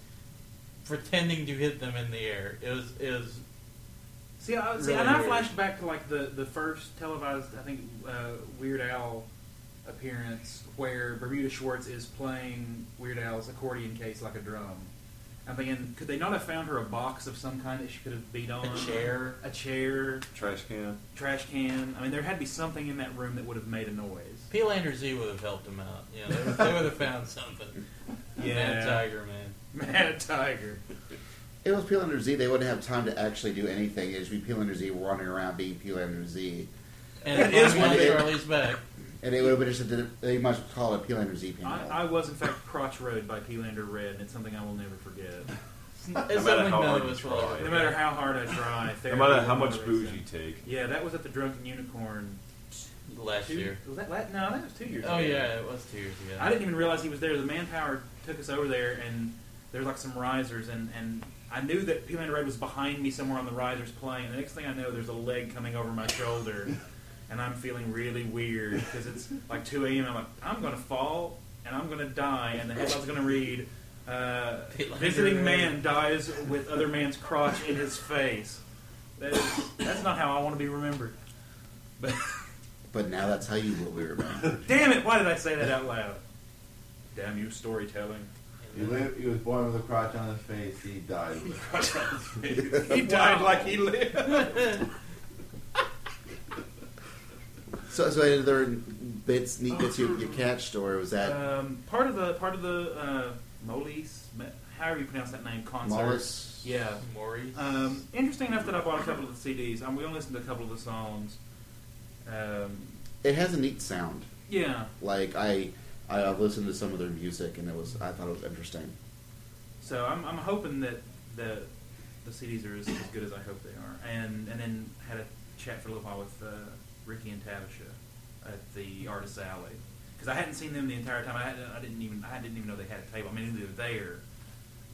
Speaker 3: pretending to hit them in the air. It was. It was.
Speaker 6: See, I, see,
Speaker 3: Really
Speaker 6: and I
Speaker 3: weird.
Speaker 6: flashed back to like the, the first televised, I think, uh, Weird Al appearance where Bermuda Schwartz is playing Weird Al's accordion case like a drum. And I'm thinking, could they not have found her a box of some kind that she could have beat on?
Speaker 3: chair.
Speaker 6: A chair,
Speaker 2: Trash can.
Speaker 6: trash can. I mean, there had to be something in that room that would have made a noise.
Speaker 3: P. Lander Z would have helped him out. You know, they, would- they would have found something. Mad Tiger, man.
Speaker 6: Mad Tiger.
Speaker 1: It was Peel Under Z. They wouldn't have time to actually do anything. It'd just be Peel Under Z running around being Peel Under Z,
Speaker 3: And
Speaker 1: It is
Speaker 3: finally
Speaker 1: one day.
Speaker 3: Charlie's back.
Speaker 1: and it would have been just a, they might as well call it Peel Under Z Pinball.
Speaker 6: I, I was, in fact, crotch road by Peelander Red, and it's something I will never forget.
Speaker 3: It's
Speaker 2: matter
Speaker 3: something
Speaker 2: how
Speaker 3: none
Speaker 2: hard
Speaker 3: of
Speaker 2: you
Speaker 3: us will ever
Speaker 2: try.
Speaker 6: No matter how hard I try,
Speaker 2: No
Speaker 6: therapy
Speaker 2: matter
Speaker 6: will
Speaker 2: how much
Speaker 6: always
Speaker 2: booze
Speaker 6: end.
Speaker 2: you take.
Speaker 6: Yeah, that was at the Drunken Unicorn.
Speaker 3: Last
Speaker 6: Two,
Speaker 3: year.
Speaker 6: Was that la No, that was two years.
Speaker 3: Oh
Speaker 6: ago.
Speaker 3: yeah, it was two years ago.
Speaker 6: I didn't even realize he was there. The manpower took us over there, and there was like some risers, and, and I knew that Peeland Red was behind me somewhere on the risers playing. And the next thing I know, there's a leg coming over my shoulder, and I'm feeling really weird because it's like 2 a.m. I'm like, I'm gonna fall and I'm gonna die, and the headline's gonna read, uh,
Speaker 3: Peelander
Speaker 6: "Visiting
Speaker 3: Red.
Speaker 6: man dies with other man's crotch in his face." That is, that's not how I want to be remembered. But
Speaker 1: but now that's how you will be remembered.
Speaker 6: damn it, why did I say that out loud? Damn you, storytelling.
Speaker 4: He, lived, he was born with a crotch on his face. He died. With it.
Speaker 6: he died like he lived.
Speaker 1: so, so any other bits, neat bits you, you catched, or was that
Speaker 6: Um, part of the part of the uh, Molis, however you pronounce that name, concert.
Speaker 1: Mollis?
Speaker 6: Yeah.
Speaker 3: Maury.
Speaker 6: Um, interesting enough that I bought a couple of the CDs. Um, we only listened to a couple of the songs. Um,
Speaker 1: It has a neat sound.
Speaker 6: yeah.
Speaker 1: Like I, I I've listened to some of their music, and it was I thought it was interesting.
Speaker 6: So I'm, I'm hoping that the the CDs are as, as good as I hope they are. And and then had a chat for a little while with uh, Ricky and Tavisha at the Artist Alley because I hadn't seen them the entire time. I, had, I didn't even I didn't even know they had a table. I mean, they were there,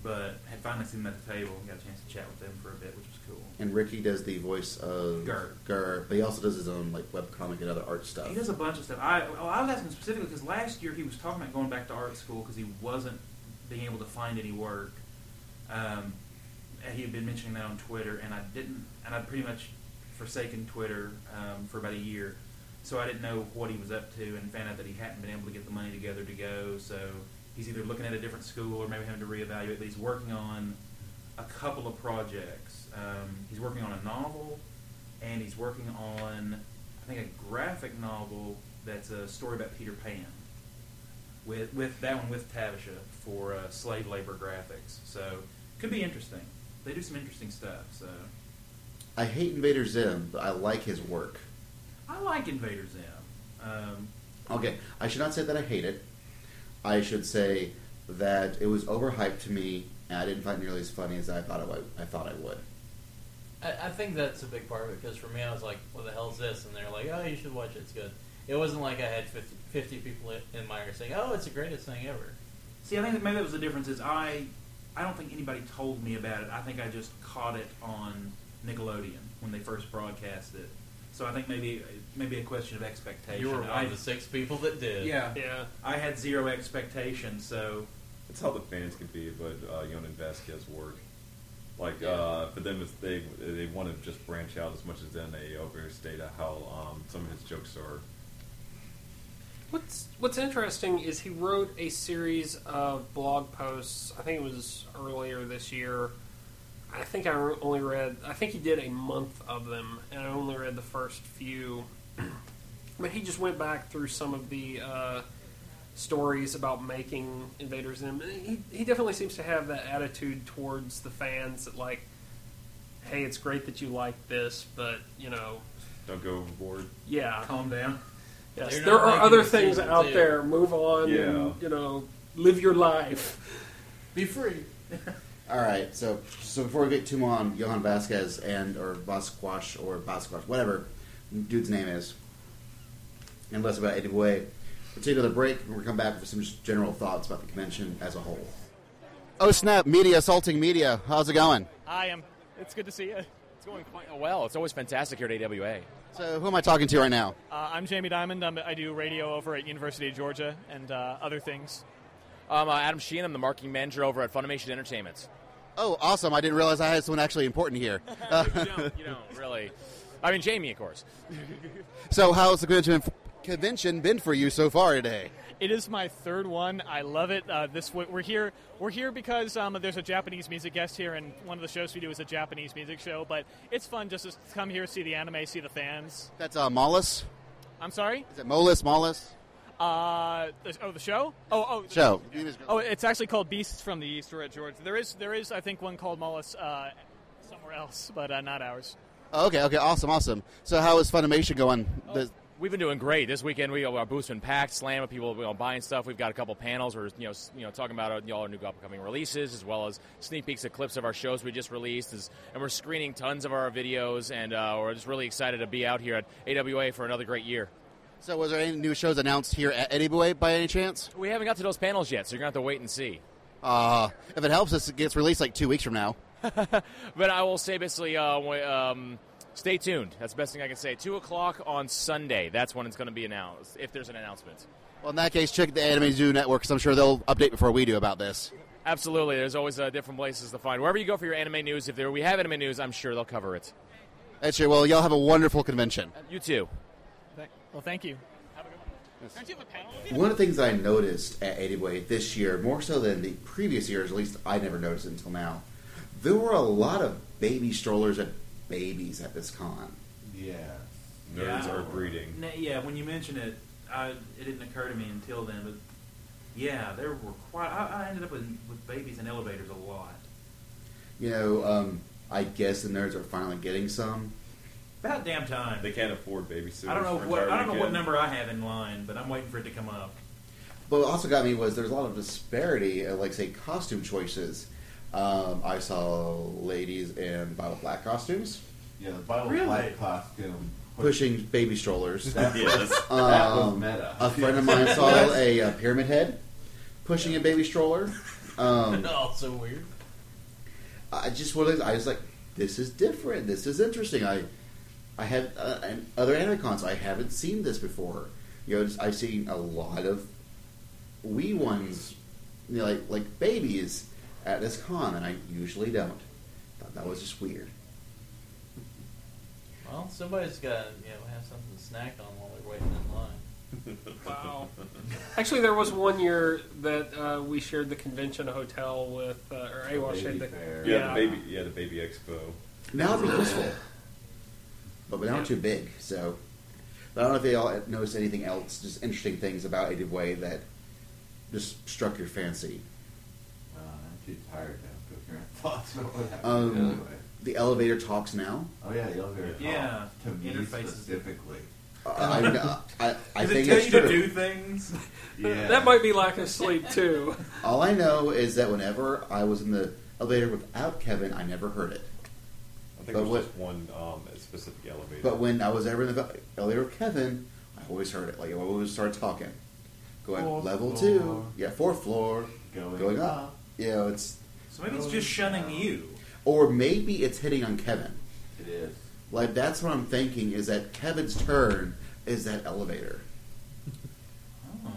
Speaker 6: but had finally seen them at the table and got a chance to chat with them for a bit, which was cool.
Speaker 1: And Ricky does the voice of
Speaker 6: Gur.
Speaker 1: Gur, but he also does his own like webcomic and other art stuff.
Speaker 6: He does a bunch of stuff. I well, I was asking specifically because last year he was talking about going back to art school because he wasn't being able to find any work. Um, and he had been mentioning that on Twitter, and I didn't, and I'd pretty much forsaken Twitter um, for about a year, so I didn't know what he was up to, and found out that he hadn't been able to get the money together to go. So he's either looking at a different school or maybe having to reevaluate. But he's working on a couple of projects. Um, he's working on a novel, and he's working on I think a graphic novel that's a story about Peter Pan. With with that one with Tavisha for uh, slave labor graphics, so could be interesting. They do some interesting stuff. So
Speaker 1: I hate Invader Zim, but I like his work.
Speaker 6: I like Invader Zim. Um,
Speaker 1: Okay, I should not say that I hate it. I should say that it was overhyped to me, and I didn't find it nearly as funny as I thought it, wa- I thought I would.
Speaker 3: I, I think that's a big part of it because for me, I was like, "What the hell is this?" And they're like, "Oh, you should watch it. It's good." It wasn't like I had 50, 50 people in- in my ear saying, "Oh, it's the greatest thing ever."
Speaker 6: see, I think that maybe that was the difference. Is I I don't think anybody told me about it. I think I just caught it on Nickelodeon when they first broadcast it. So I think maybe maybe a question of expectation.
Speaker 3: You were one
Speaker 6: I,
Speaker 3: of the six people that did.
Speaker 6: yeah.
Speaker 5: Yeah.
Speaker 6: I had zero expectations, so
Speaker 2: That's how the fans can be, but uh, Yonan Vasquez work. Like
Speaker 3: Yeah.
Speaker 2: uh, for them, it's they they want to just branch out as much as then they overstate how um, some of his jokes are.
Speaker 5: What's What's interesting is he wrote a series of blog posts. I think it was earlier this year. I think I re- only read. I think he did a month of them, and I only read the first few. but he just went back through some of the uh, stories about making Invaders Zim. And He he definitely seems to have that attitude towards the fans that like, hey, it's great that you like this, but you know,
Speaker 2: Don't go overboard.
Speaker 5: yeah,
Speaker 6: calm down.
Speaker 5: Yes,
Speaker 3: They're not
Speaker 5: there are
Speaker 3: making
Speaker 5: other
Speaker 3: a
Speaker 5: things
Speaker 3: sequel,
Speaker 5: out
Speaker 3: too.
Speaker 5: there. Move on,
Speaker 2: Yeah.
Speaker 5: and, you know, live your life.
Speaker 3: Be free.
Speaker 1: All right, so so before we get too on Johan Vasquez and or Vasquash or Vasquash, whatever dude's name is, and less about Eddie Boy, we'll take another break and we'll come back with some just general thoughts about the convention as a whole. Oh snap! Media assaulting media. How's it going?
Speaker 10: Hi, I'm. It's good to see you. It's going quite well. It's always fantastic here at AWA.
Speaker 1: So who am I talking to right now?
Speaker 10: Uh, I'm Jamie Diamond. I'm, I do radio over at University of Georgia and uh, other things. I'm uh, Adam Sheehan. I'm the marketing manager over at Funimation Entertainment.
Speaker 1: Oh, awesome! I didn't realize I had someone actually important here. Uh,
Speaker 10: you don't, you don't really. I mean, Jamie, of course.
Speaker 1: So how's the convention convention been for you so far today?
Speaker 11: It is my third one. I love it. Uh, this w- we're here. We're here because um, there's a Japanese music guest here, and one of the shows we do is a Japanese music show. But it's fun just to s- come here, see the anime, see the fans.
Speaker 1: That's uh, Mollus.
Speaker 11: I'm sorry.
Speaker 1: Is it Molus? Mollus?
Speaker 11: Uh, the- oh, the show. Oh, oh, the
Speaker 1: Show.
Speaker 11: Oh, it's actually called Beasts from the East. We're at George. There is, there is, I think, one called Mollus uh, somewhere else, but uh, not ours.
Speaker 1: Oh, okay, okay, awesome, awesome. So how is Funimation going? The-
Speaker 10: We've been doing great. This weekend we are boosting packed, slamming people you know, buying stuff. We've got a couple panels. We're you know s- you know talking about our, you know, our new upcoming releases as well as sneak peeks of clips of our shows we just released. Is, and we're screening tons of our videos, and uh, we're just really excited to be out here at AWA for another great year.
Speaker 1: so was there any new shows announced here at Anyway by any chance?
Speaker 10: We haven't got to those panels yet, so you're gonna have to wait and see.
Speaker 1: Uh, if it helps, this gets released like two weeks from now.
Speaker 10: But I will say basically, uh, wa- um, stay tuned. That's the best thing I can say. Two o'clock on Sunday. That's when it's going to be announced, if there's an announcement.
Speaker 1: Well, in that case, check the Anime Zoo Network because I'm sure they'll update before we do about this.
Speaker 10: Absolutely. There's always uh, different places to find. Wherever you go for your anime news, if there we have anime news, I'm sure they'll cover it.
Speaker 1: That's it. Well, y'all have a wonderful convention.
Speaker 10: You too.
Speaker 11: Thank- well, thank you. Don't you have a panel?
Speaker 1: One of the things I noticed at Anyway this year, more so than the previous years, at least I never noticed it until now, there were a lot of baby strollers and babies at this con.
Speaker 4: Yeah.
Speaker 2: Nerds
Speaker 6: Yeah.
Speaker 2: are breeding.
Speaker 6: N- yeah, when you mention it, I, it didn't occur to me until then. But yeah, there were quite. I, I ended up with, with babies in elevators a lot.
Speaker 1: You know, um, I guess the nerds are finally getting some.
Speaker 6: About damn time.
Speaker 2: They can't afford babysitters.
Speaker 6: I don't know
Speaker 2: for
Speaker 6: what
Speaker 2: entire
Speaker 6: I don't know what
Speaker 2: weekend.
Speaker 6: number I have in line, but I'm waiting for it to come up.
Speaker 1: But what also got me was there's a lot of disparity, of, like say costume choices. Um, I saw ladies in bottle black costumes
Speaker 4: Yeah, the Bible
Speaker 6: Really?
Speaker 4: Black um, costume.
Speaker 1: pushing baby strollers.
Speaker 2: Yes.
Speaker 4: That was
Speaker 1: Um,
Speaker 4: meta.
Speaker 1: A friend of mine saw a, uh pyramid head pushing a baby stroller. Um,
Speaker 3: also weird.
Speaker 1: I just one of those. I was like, this is different. This is interesting. I, I had uh, and other animicons. I haven't seen this before. You know, just, I've seen a lot of wee ones, you know, like like babies at this con, and I usually don't. Thought that was just weird.
Speaker 3: Well, somebody's got to you know have something to snack on while they're waiting in line.
Speaker 5: Wow. Actually, there was one year that uh, we shared the convention hotel with, uh, or AWOL shared the.
Speaker 4: Baby fair.
Speaker 2: Yeah, the baby. Yeah, the baby expo.
Speaker 1: Now it'd be useful, but now too big. So, but I don't know if they all noticed anything else, just interesting things about Native Way that just struck your fancy.
Speaker 4: Uh, I'm too tired to have coherent thoughts about what happened.
Speaker 1: Um,
Speaker 4: anyway.
Speaker 1: The elevator talks now.
Speaker 4: Oh yeah, the elevator. call.
Speaker 6: Yeah,
Speaker 4: Oh, To me
Speaker 6: interfaces.
Speaker 4: specifically.
Speaker 1: I, I, I, I
Speaker 6: Does it
Speaker 1: think
Speaker 6: tell
Speaker 1: it's
Speaker 6: you to
Speaker 1: true.
Speaker 6: do things?
Speaker 4: Yeah.
Speaker 5: That might be lack of sleep too.
Speaker 1: All I know is that whenever I was in the elevator without Kevin, I never heard it.
Speaker 2: I think
Speaker 1: But
Speaker 2: there's
Speaker 1: what-
Speaker 2: just one um, specific elevator.
Speaker 1: But when I was ever in the elevator with Kevin, I always heard it. Like I always started talking, going
Speaker 4: Fourth
Speaker 1: level
Speaker 4: floor.
Speaker 1: two, yeah, fourth floor,
Speaker 4: Going
Speaker 1: up.
Speaker 4: up.
Speaker 1: You know, it's
Speaker 6: So maybe it's just shunning you.
Speaker 1: or maybe it's hitting on Kevin.
Speaker 4: It is.
Speaker 1: Like that's what I'm thinking is that Kevin's turn is that elevator.
Speaker 6: Ah.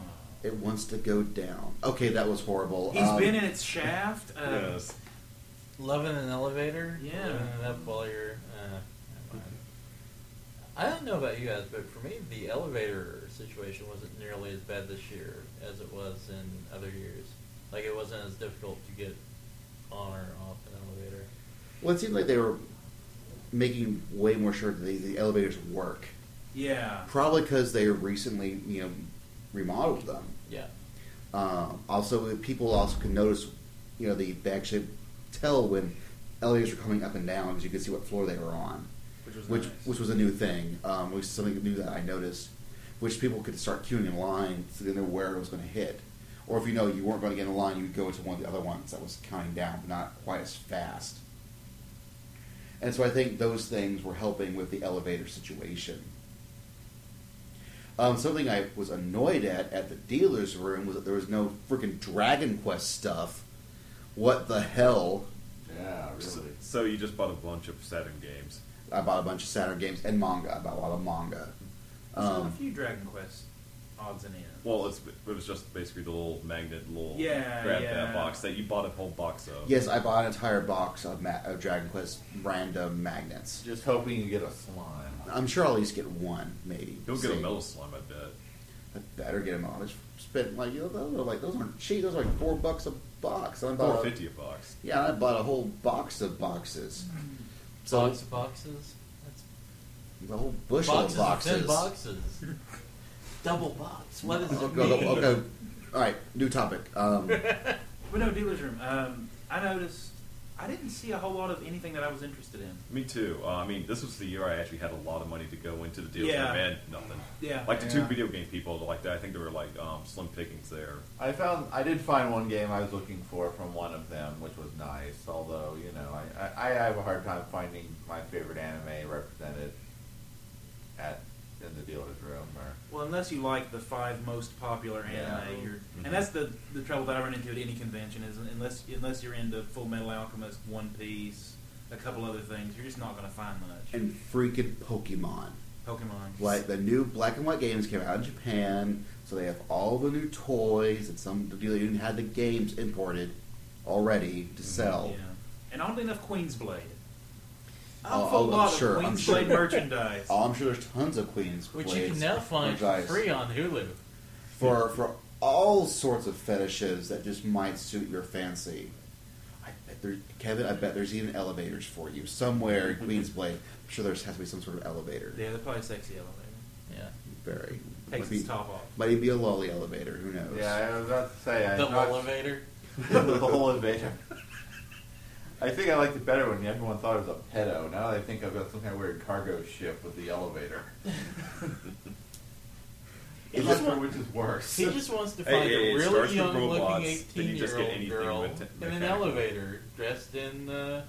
Speaker 1: It wants to go down. Okay, that was horrible.
Speaker 6: He's
Speaker 1: Um,
Speaker 6: been in its shaft. Uh,
Speaker 2: yes,
Speaker 3: Loving an elevator?
Speaker 6: Yeah.
Speaker 3: Loving it up while you're. Uh, never mind. I don't know about you guys, but for me, the elevator situation wasn't nearly as bad this year as it was in other years. Like, it wasn't as difficult to get on or off an elevator.
Speaker 1: Well, it seemed like they were making way more sure that the, the elevators work.
Speaker 6: Yeah.
Speaker 1: Probably because they recently, you know, remodeled them.
Speaker 3: Yeah.
Speaker 1: Um, also, people also can notice, you know, they, they actually tell when elevators are coming up and down because you can see what floor they were on,
Speaker 6: Which was
Speaker 1: which
Speaker 6: nice.
Speaker 1: which was a new thing, um, which is something new that I noticed, which people could start queuing in line so they knew where it was going to hit. Or if you know you weren't going to get in line, you'd go to one of the other ones that was counting down, but not quite as fast. And so I think those things were helping with the elevator situation. Um, something I was annoyed at at the dealer's room was that there was no freaking Dragon Quest stuff. What the hell?
Speaker 4: Yeah,
Speaker 2: So,
Speaker 4: really.
Speaker 2: so you just bought a bunch of Saturn games.
Speaker 1: I bought a bunch of Saturn games and manga. I bought a lot of manga.
Speaker 6: a
Speaker 1: Um,
Speaker 6: few Dragon Quest odds and ends.
Speaker 2: Well, it's, it was just basically the little magnet, little
Speaker 6: Yeah,
Speaker 2: grab
Speaker 6: yeah.
Speaker 2: that box that you bought a whole box of.
Speaker 1: yes, I bought an entire box of, ma- of Dragon Quest random magnets.
Speaker 4: Just hoping you get a slime.
Speaker 1: I'm sure I'll at least get one, maybe.
Speaker 2: He'll get a
Speaker 1: Save.
Speaker 2: metal slime, I bet.
Speaker 1: I better get them on. I just spent like you know, those are like those aren't cheap. Those are like four bucks a box. And I bought
Speaker 2: $4.50 a box.
Speaker 1: Yeah, I bought a whole box of boxes. So
Speaker 3: Box of boxes. That's
Speaker 1: the whole bushel
Speaker 3: boxes
Speaker 1: of boxes.
Speaker 3: Ten boxes. Double box. What does it
Speaker 1: okay,
Speaker 3: mean?
Speaker 1: okay, okay. All right, new topic. Um,
Speaker 6: But no, dealer's room. Um, I noticed I didn't see a whole lot of anything that I was interested in.
Speaker 2: Me too. Uh, I mean, this was the year I actually had a lot of money to go into the deals
Speaker 6: Yeah.
Speaker 2: room and nothing.
Speaker 6: Yeah.
Speaker 2: Like the two
Speaker 4: Yeah.
Speaker 2: video game people like that. I think there were like um, slim pickings there.
Speaker 4: I found I did find one game I was looking for from one of them, which was nice. Although you know, I I, I have a hard time finding my favorite anime represented at in the dealer's room. Or
Speaker 6: Well, unless you like the five most popular anime,
Speaker 4: Yeah.
Speaker 6: you're,
Speaker 4: Mhm.
Speaker 1: Mm-hmm.
Speaker 6: and that's the the trouble that I run into at any convention is unless unless you're into Full Metal Alchemist, One Piece, a couple other things, you're just not going to find much.
Speaker 1: and freaking Pokemon.
Speaker 6: Pokemon.
Speaker 1: Like the new black and white games came out in Japan, so they have all the new toys and some. They even had the games imported already to sell.
Speaker 6: Mm-hmm. Yeah. And oddly enough, Queensblade. I
Speaker 1: Oh,
Speaker 6: full
Speaker 1: oh,
Speaker 6: lot
Speaker 1: sure,
Speaker 6: of
Speaker 1: I'm
Speaker 6: Queensblade
Speaker 1: sure.
Speaker 6: merchandise.
Speaker 1: Oh, I'm sure there's tons of Queens,
Speaker 3: Which you can
Speaker 1: Blades
Speaker 3: now find for
Speaker 1: merchandise.
Speaker 3: free on Hulu.
Speaker 1: for for all sorts of fetishes that just might suit your fancy. I bet there, Kevin. I bet there's even elevators for you somewhere in Queensblade. I'm sure there has to be some sort of elevator.
Speaker 6: Yeah, they're probably sexy elevator.
Speaker 3: Yeah.
Speaker 1: Very
Speaker 6: Takes
Speaker 1: might be-
Speaker 6: its top off.
Speaker 1: Might even be a lolly elevator. Who knows?
Speaker 4: yeah, I was about to say I
Speaker 3: The
Speaker 4: not-
Speaker 3: elevator.
Speaker 4: the whole invader. I think I liked it better when everyone thought it was a pedo. Now they think I've got some kind of weird cargo ship with the elevator.
Speaker 3: He
Speaker 4: I'm not
Speaker 3: just
Speaker 4: sure
Speaker 3: wa-
Speaker 4: which is worse.
Speaker 3: He just wants to
Speaker 2: Hey,
Speaker 3: find
Speaker 2: hey,
Speaker 3: a
Speaker 2: it starts
Speaker 3: really
Speaker 2: with
Speaker 3: young-looking
Speaker 2: robots, then you just get
Speaker 3: eighteen-year-old
Speaker 2: anything
Speaker 3: girl
Speaker 2: with te-
Speaker 3: in an
Speaker 2: mechanical.
Speaker 3: elevator, dressed in uh,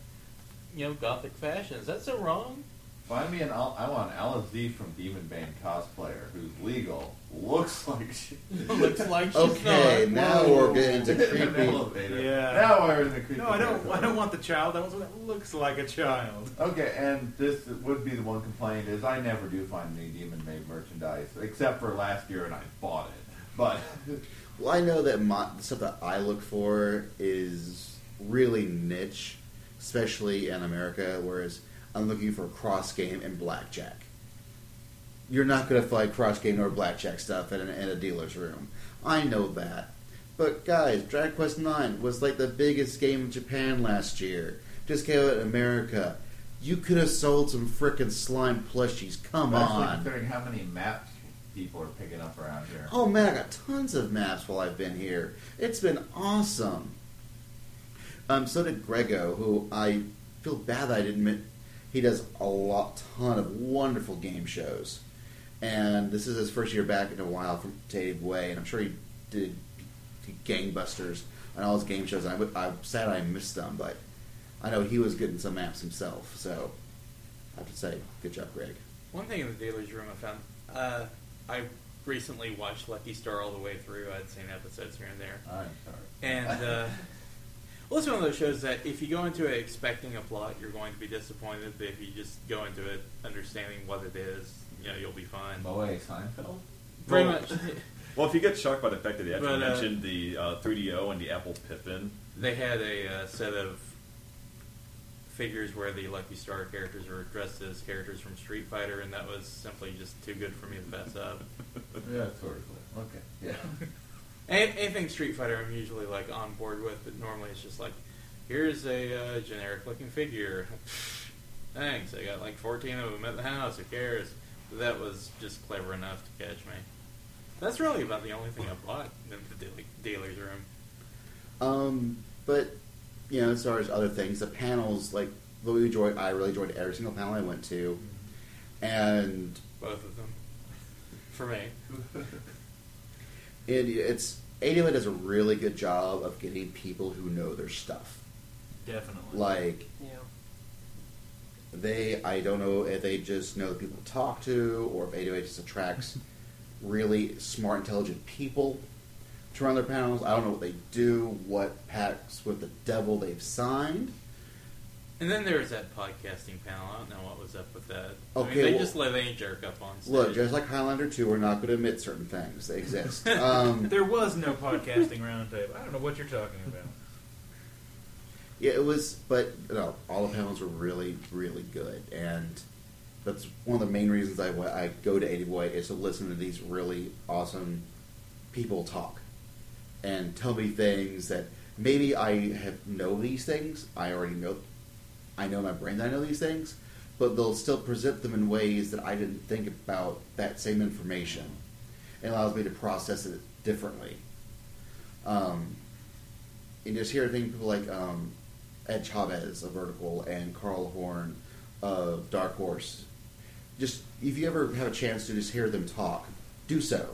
Speaker 3: you know gothic fashion. Is that so wrong?
Speaker 4: Find me an Al- I want an Alice from Demon Band cosplayer who's legal, looks like shit.
Speaker 3: Looks like she's
Speaker 1: Okay,
Speaker 3: not.
Speaker 1: now we're getting to
Speaker 4: In an
Speaker 1: creepy.
Speaker 4: elevator.
Speaker 6: Yeah.
Speaker 4: Now we're in the creepy.
Speaker 6: No, I don't.
Speaker 4: territory.
Speaker 6: I don't want the child. I want something that looks like a child.
Speaker 4: Okay, and this would be the one complaint is I never do find any Demon Maid merchandise except for last year and I bought it. But
Speaker 1: Well, I know that my, the stuff that I look for is really niche, especially in America. Whereas I'm looking for cross game and blackjack. You're not going to find cross game or blackjack stuff in, an, in a dealer's room. I know that. But guys, Dragon Quest Nine was like the biggest game in Japan last year. Just came out in America. You could have sold some frickin' slime plushies. Come
Speaker 4: especially
Speaker 1: on.
Speaker 4: considering how many maps people are picking up around here.
Speaker 1: Oh man, I got tons of maps while I've been here. It's been awesome. Um, so did Grego, who I feel bad that I didn't. Admit, he does a lot, ton of wonderful game shows, and this is his first year back in a while from Dave Way, and I'm sure he did gangbusters on all his game shows. And I, w- I'm sad I missed them, but I know he was getting some maps himself. So I have to say, good job, Greg.
Speaker 3: One thing in the dealer's room I found, uh, I recently watched Lucky Star all the way through. I'd seen episodes here and there.
Speaker 4: I'm sorry.
Speaker 3: And, uh, well, it's one of those shows that if you go into it expecting a plot, you're going to be disappointed. But if you just go into it understanding what it is, you know, you'll be fine.
Speaker 4: Moe Seinfeld?
Speaker 3: Pretty
Speaker 2: Well-
Speaker 3: much,
Speaker 2: Well, if you get shocked by the fact that they actually
Speaker 3: But, uh,
Speaker 2: mentioned the uh, 3DO and the Apple Pippin,
Speaker 3: they had a uh, set of figures where the Lucky Star characters were dressed as characters from Street Fighter, and that was simply just too good for me to pass up.
Speaker 4: Yeah, it's sort of. Okay. Yeah.
Speaker 3: Any- Anything Street Fighter, I'm usually like on board with, but normally it's just like, here's a uh, generic looking figure. Thanks, I got like 14 of them at the house. Who cares? That was just clever enough to catch me. That's really about the only thing I bought in the deal- dealer's room.
Speaker 1: Um, but you know, as far as other things, the panels like what we enjoyed. I really enjoyed every single panel I went to, and
Speaker 3: Both of them, for me.
Speaker 1: it, it's ADMA does a really good job of getting people who know their stuff.
Speaker 6: Definitely.
Speaker 1: Like
Speaker 5: Yeah.
Speaker 1: they, I don't know if they just know the people to talk to, or if ADMA just attracts really smart, intelligent people to run their panels. I don't know what they do, what pacts with the devil they've signed.
Speaker 3: And then there was that podcasting panel. I don't know what was up with that. I
Speaker 1: Okay,
Speaker 3: mean, they
Speaker 1: well-
Speaker 3: just let any jerk up on stage.
Speaker 1: Look, just like Highlander 2, we're not going to admit certain things. They exist. Um,
Speaker 6: there was no podcasting roundtable. I don't know what you're talking about.
Speaker 1: yeah, it was, but no, all the panels were really, really good. And That's one of the main reasons I, why I go to Eighty Boy is to listen to these really awesome people talk and tell me things that maybe I have know these things. I already know. I know in my brain that I know these things, but they'll still present them in ways that I didn't think about that same information. It allows me to process it differently. Um, and just hearing things people like um, Ed Chavez of Vertical and Carl Horn of Dark Horse. Just if you ever have a chance to just hear them talk, do so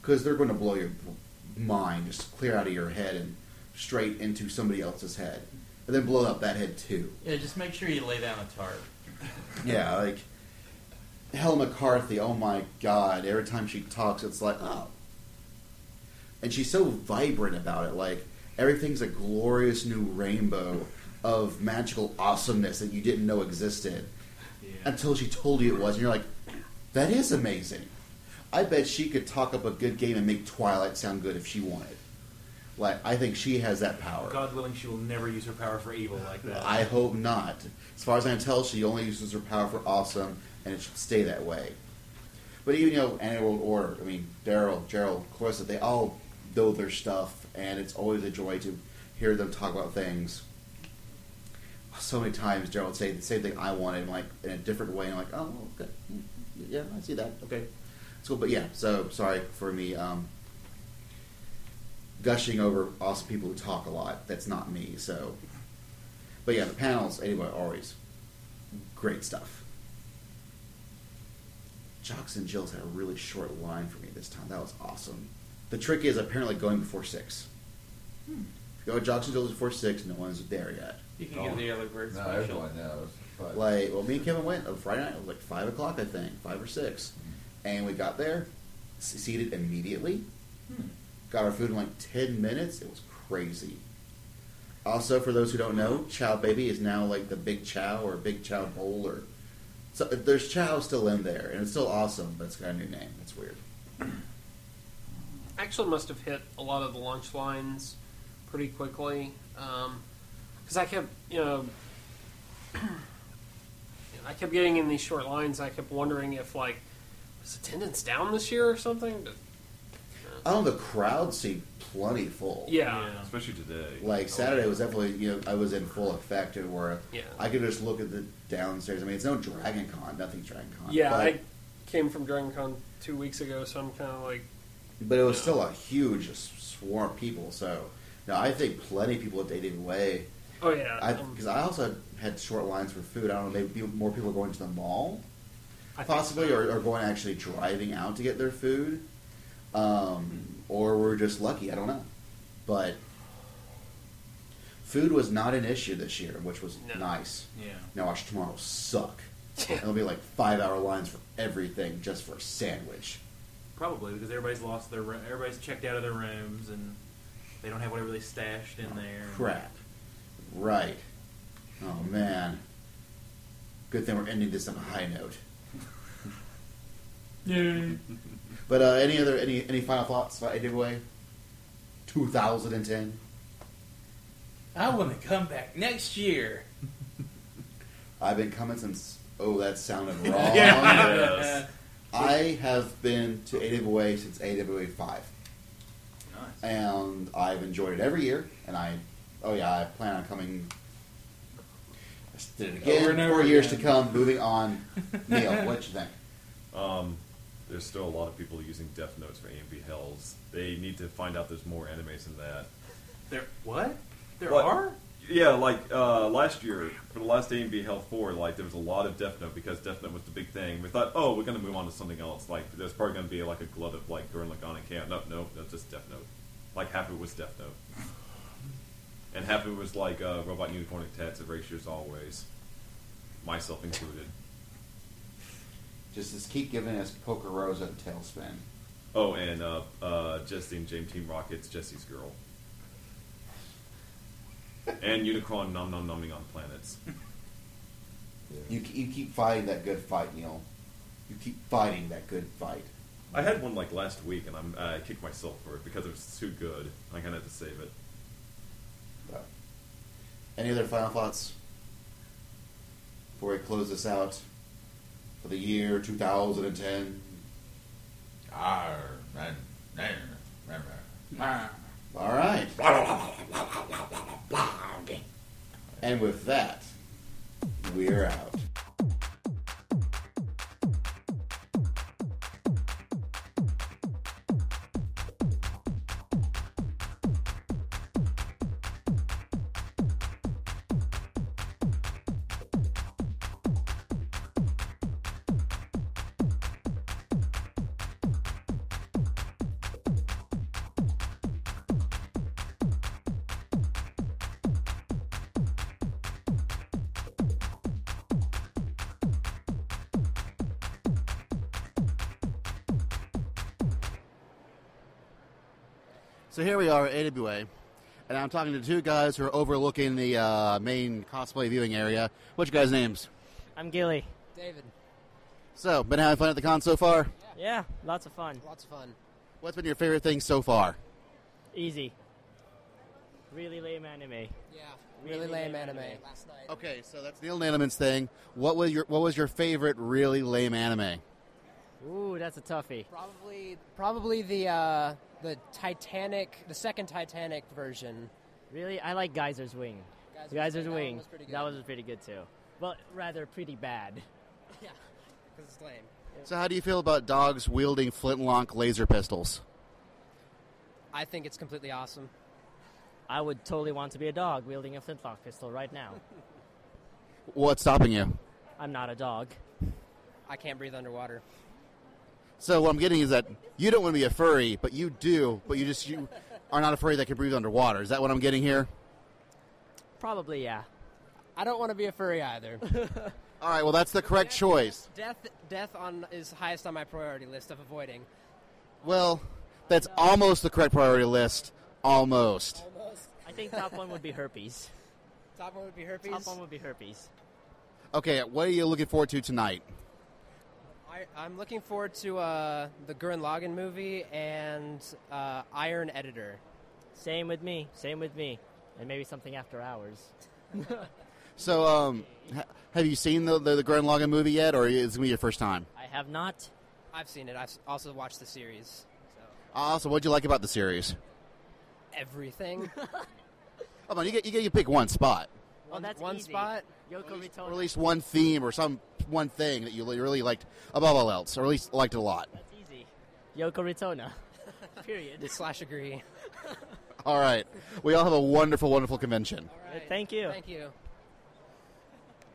Speaker 1: because they're going to blow your mind just clear out of your head and straight into somebody else's head, and then blow up that head too.
Speaker 3: Yeah, just make sure you lay down a tarp.
Speaker 1: Yeah, like Helen McCarthy. Oh my God! Every time she talks, it's like oh, and she's so vibrant about it. Like everything's a glorious new rainbow of magical awesomeness that you didn't know existed until she told you it was, and you're like, that is amazing. I bet she could talk up a good game and make Twilight sound good if she wanted. Like I think she has that power.
Speaker 6: God willing, she will never use her power for evil like that.
Speaker 1: I hope not. As far as I can tell, she only uses her power for awesome, and it should stay that way. But even you know, Annie World Order. I mean, Daryl, Gerald, Clarissa, they all know their stuff, and it's always a joy to hear them talk about things. So many times, Gerald would say the same thing I wanted, like in a different way. And I'm like, oh, okay, yeah, I see that. Okay, it's cool. But yeah, so sorry for me um, gushing over awesome people who talk a lot. That's not me. So, but yeah, the panels anyway. Always great stuff. Jocks and Jills had a really short line for me this time. That was awesome. The trick is apparently going before six.
Speaker 6: Hmm.
Speaker 1: If you go to Jocks and Jills before six, no one's there yet.
Speaker 3: You can give the other great
Speaker 4: No,
Speaker 3: special.
Speaker 4: everyone knows. But
Speaker 1: Like, well, me and Kevin went on Friday night. It was like five o'clock, I think, five or six,
Speaker 4: Mm.
Speaker 1: and we got there, s- seated immediately.
Speaker 6: Hmm.
Speaker 1: Got our food in like ten minutes. It was crazy. Also, for those who don't know, Chow Baby is now like the Big Chow or Big Chow Bowl or so. There's Chow still in there, and it's still awesome, but it's got a new name. That's weird.
Speaker 5: actually must have hit a lot of the lunch lines pretty quickly because I kept you know I kept getting in these short lines. I kept wondering if like was attendance down this year or something. But,
Speaker 1: I don't know. The crowd seemed plenty full.
Speaker 5: yeah.
Speaker 2: especially today.
Speaker 1: Like Saturday was definitely you know I was in full effect to where
Speaker 5: Yeah.
Speaker 1: I could just look at the downstairs. I mean, it's no Dragon Con, nothing Dragon Con.
Speaker 5: Yeah,
Speaker 1: but,
Speaker 5: I came from Dragon Con two weeks ago, so I'm kind of like,
Speaker 1: but it was still a huge s- swarm of people. So no, I think plenty of people have dated away.
Speaker 5: oh yeah, um,
Speaker 1: Because I, also had short lines for food. I don't know, maybe more people are going to the mall,
Speaker 5: I think
Speaker 1: possibly,
Speaker 5: so.
Speaker 1: or, or going actually driving out to get their food, um,
Speaker 5: Mm-hmm.
Speaker 1: or we're just lucky. I don't know, but food was not an issue this year, which was
Speaker 5: No.
Speaker 1: nice.
Speaker 6: Yeah.
Speaker 1: Now watch tomorrow suck.
Speaker 5: Yeah.
Speaker 1: It'll be like five hour lines for everything just for a sandwich.
Speaker 6: Probably because everybody's lost their ro- everybody's checked out of their rooms and they don't have whatever they stashed in there.
Speaker 5: Mm.
Speaker 1: Crap. Right. Oh man. Good thing we're ending this on a high note.
Speaker 5: Yay.
Speaker 1: But uh, any other any any final thoughts about Way? 2010.
Speaker 3: I want to come back next year.
Speaker 1: I've been coming since. Oh, that sounded wrong.
Speaker 2: Yes.
Speaker 1: I have been to AWA since AWA five,
Speaker 6: Nice.
Speaker 1: and I've enjoyed it every year. And I, oh yeah, I plan on coming. I just did it again
Speaker 6: Over and
Speaker 1: for
Speaker 6: over
Speaker 1: years
Speaker 6: again.
Speaker 1: to come. Moving on, Neil, what you think?
Speaker 2: Um, there's still a lot of people using Death Notes for AMV Hells. They need to find out there's more animes than that.
Speaker 6: There what? There
Speaker 2: What?
Speaker 6: are?
Speaker 2: Yeah, like uh, last year for the last AMV Hell Four, like there was a lot of Death Note because Death Note was the big thing. We thought, oh, we're gonna move on to something else. Like there's probably gonna be like a glut of like Gurren Lagann and Camp. No, no, that's just Death Note. Like half of it was Death Note, and half of it was like uh, Robot Unicorn and Tats Erasures Always, myself included.
Speaker 1: Just, just keep giving us Poker Rosa and Tailspin.
Speaker 2: Oh, and uh, uh, Justine James Team Rockets, Jesse's girl, and Unicron nom nom nomming on planets.
Speaker 1: You, you keep fighting that good fight, Neil. You keep fighting that good fight.
Speaker 2: I had one like last week, and I'm I kicked myself for it because it was too good. I kind of had to save it.
Speaker 1: But any other final thoughts before we close this out? for the year 2010.
Speaker 4: Arr, man, man, man,
Speaker 6: Ah.
Speaker 4: man.
Speaker 1: All right. And with that, we're out. So here we are at AWA, and I'm talking to two guys who are overlooking the uh, main cosplay viewing area. What's your guys' names?
Speaker 12: I'm Gilly.
Speaker 13: David.
Speaker 1: So, been having fun at the con so far?
Speaker 12: Yeah, lots of fun.
Speaker 13: Lots of fun.
Speaker 1: What's been your favorite thing so far?
Speaker 12: Easy. Really lame anime.
Speaker 13: Yeah, really, lame, anime. Last night.
Speaker 1: Okay, so that's Neil Nadelman's thing. What was your What was your favorite really lame anime?
Speaker 12: Ooh, that's a toughie.
Speaker 13: Probably, probably the uh, the Titanic, the second Titanic version.
Speaker 12: Really, I like Geyser's Wing.
Speaker 13: Geyser's
Speaker 12: Geyser's
Speaker 13: Wing, that one
Speaker 12: Wing.
Speaker 13: was pretty good.
Speaker 12: That was pretty good too. Well, rather pretty bad.
Speaker 13: Yeah, because it's lame.
Speaker 1: So, how do you feel about dogs wielding flintlock laser pistols?
Speaker 13: I think it's completely awesome.
Speaker 12: I would totally want to be a dog wielding a flintlock pistol right now.
Speaker 1: What's stopping you?
Speaker 12: I'm not a dog.
Speaker 13: I can't breathe underwater.
Speaker 1: So, what I'm getting is that you don't want to be a furry, but you do, but you just you are not a furry that can breathe underwater. Is that what I'm getting here?
Speaker 12: Probably, yeah.
Speaker 13: I don't want to be a furry either.
Speaker 1: All right, well, that's the correct choice.
Speaker 13: death, death on is highest on my priority list of avoiding.
Speaker 1: Well, that's almost the correct priority list. Almost.
Speaker 12: I think top one would be herpes.
Speaker 13: Top one would be herpes.
Speaker 12: Top one would be herpes.
Speaker 1: Okay, what are you looking forward to tonight?
Speaker 13: I, I'm looking forward to uh, the Gurren Lagann movie and uh, Iron Editor.
Speaker 12: Same with me. Same with me. And maybe something after hours.
Speaker 1: So, um, ha- have you seen the the, the Gurren Lagann movie yet, or is it gonna be your first time?
Speaker 12: I have not.
Speaker 13: I've seen it. I've s- also watched the series.
Speaker 1: Also, what'd you like about the series?
Speaker 13: Everything.
Speaker 1: Come on, you get you get to pick one spot,
Speaker 12: Well, that's
Speaker 13: one
Speaker 12: easy.
Speaker 13: spot.
Speaker 12: Yoko Mito.
Speaker 1: or at least one theme, or some one thing that you li- really liked above all else, or at least liked a lot.
Speaker 12: That's easy. Yoko Ritona. Period.
Speaker 13: Slash agree.
Speaker 1: All right, we all have a wonderful, wonderful convention.
Speaker 12: Thank you.
Speaker 13: Thank you.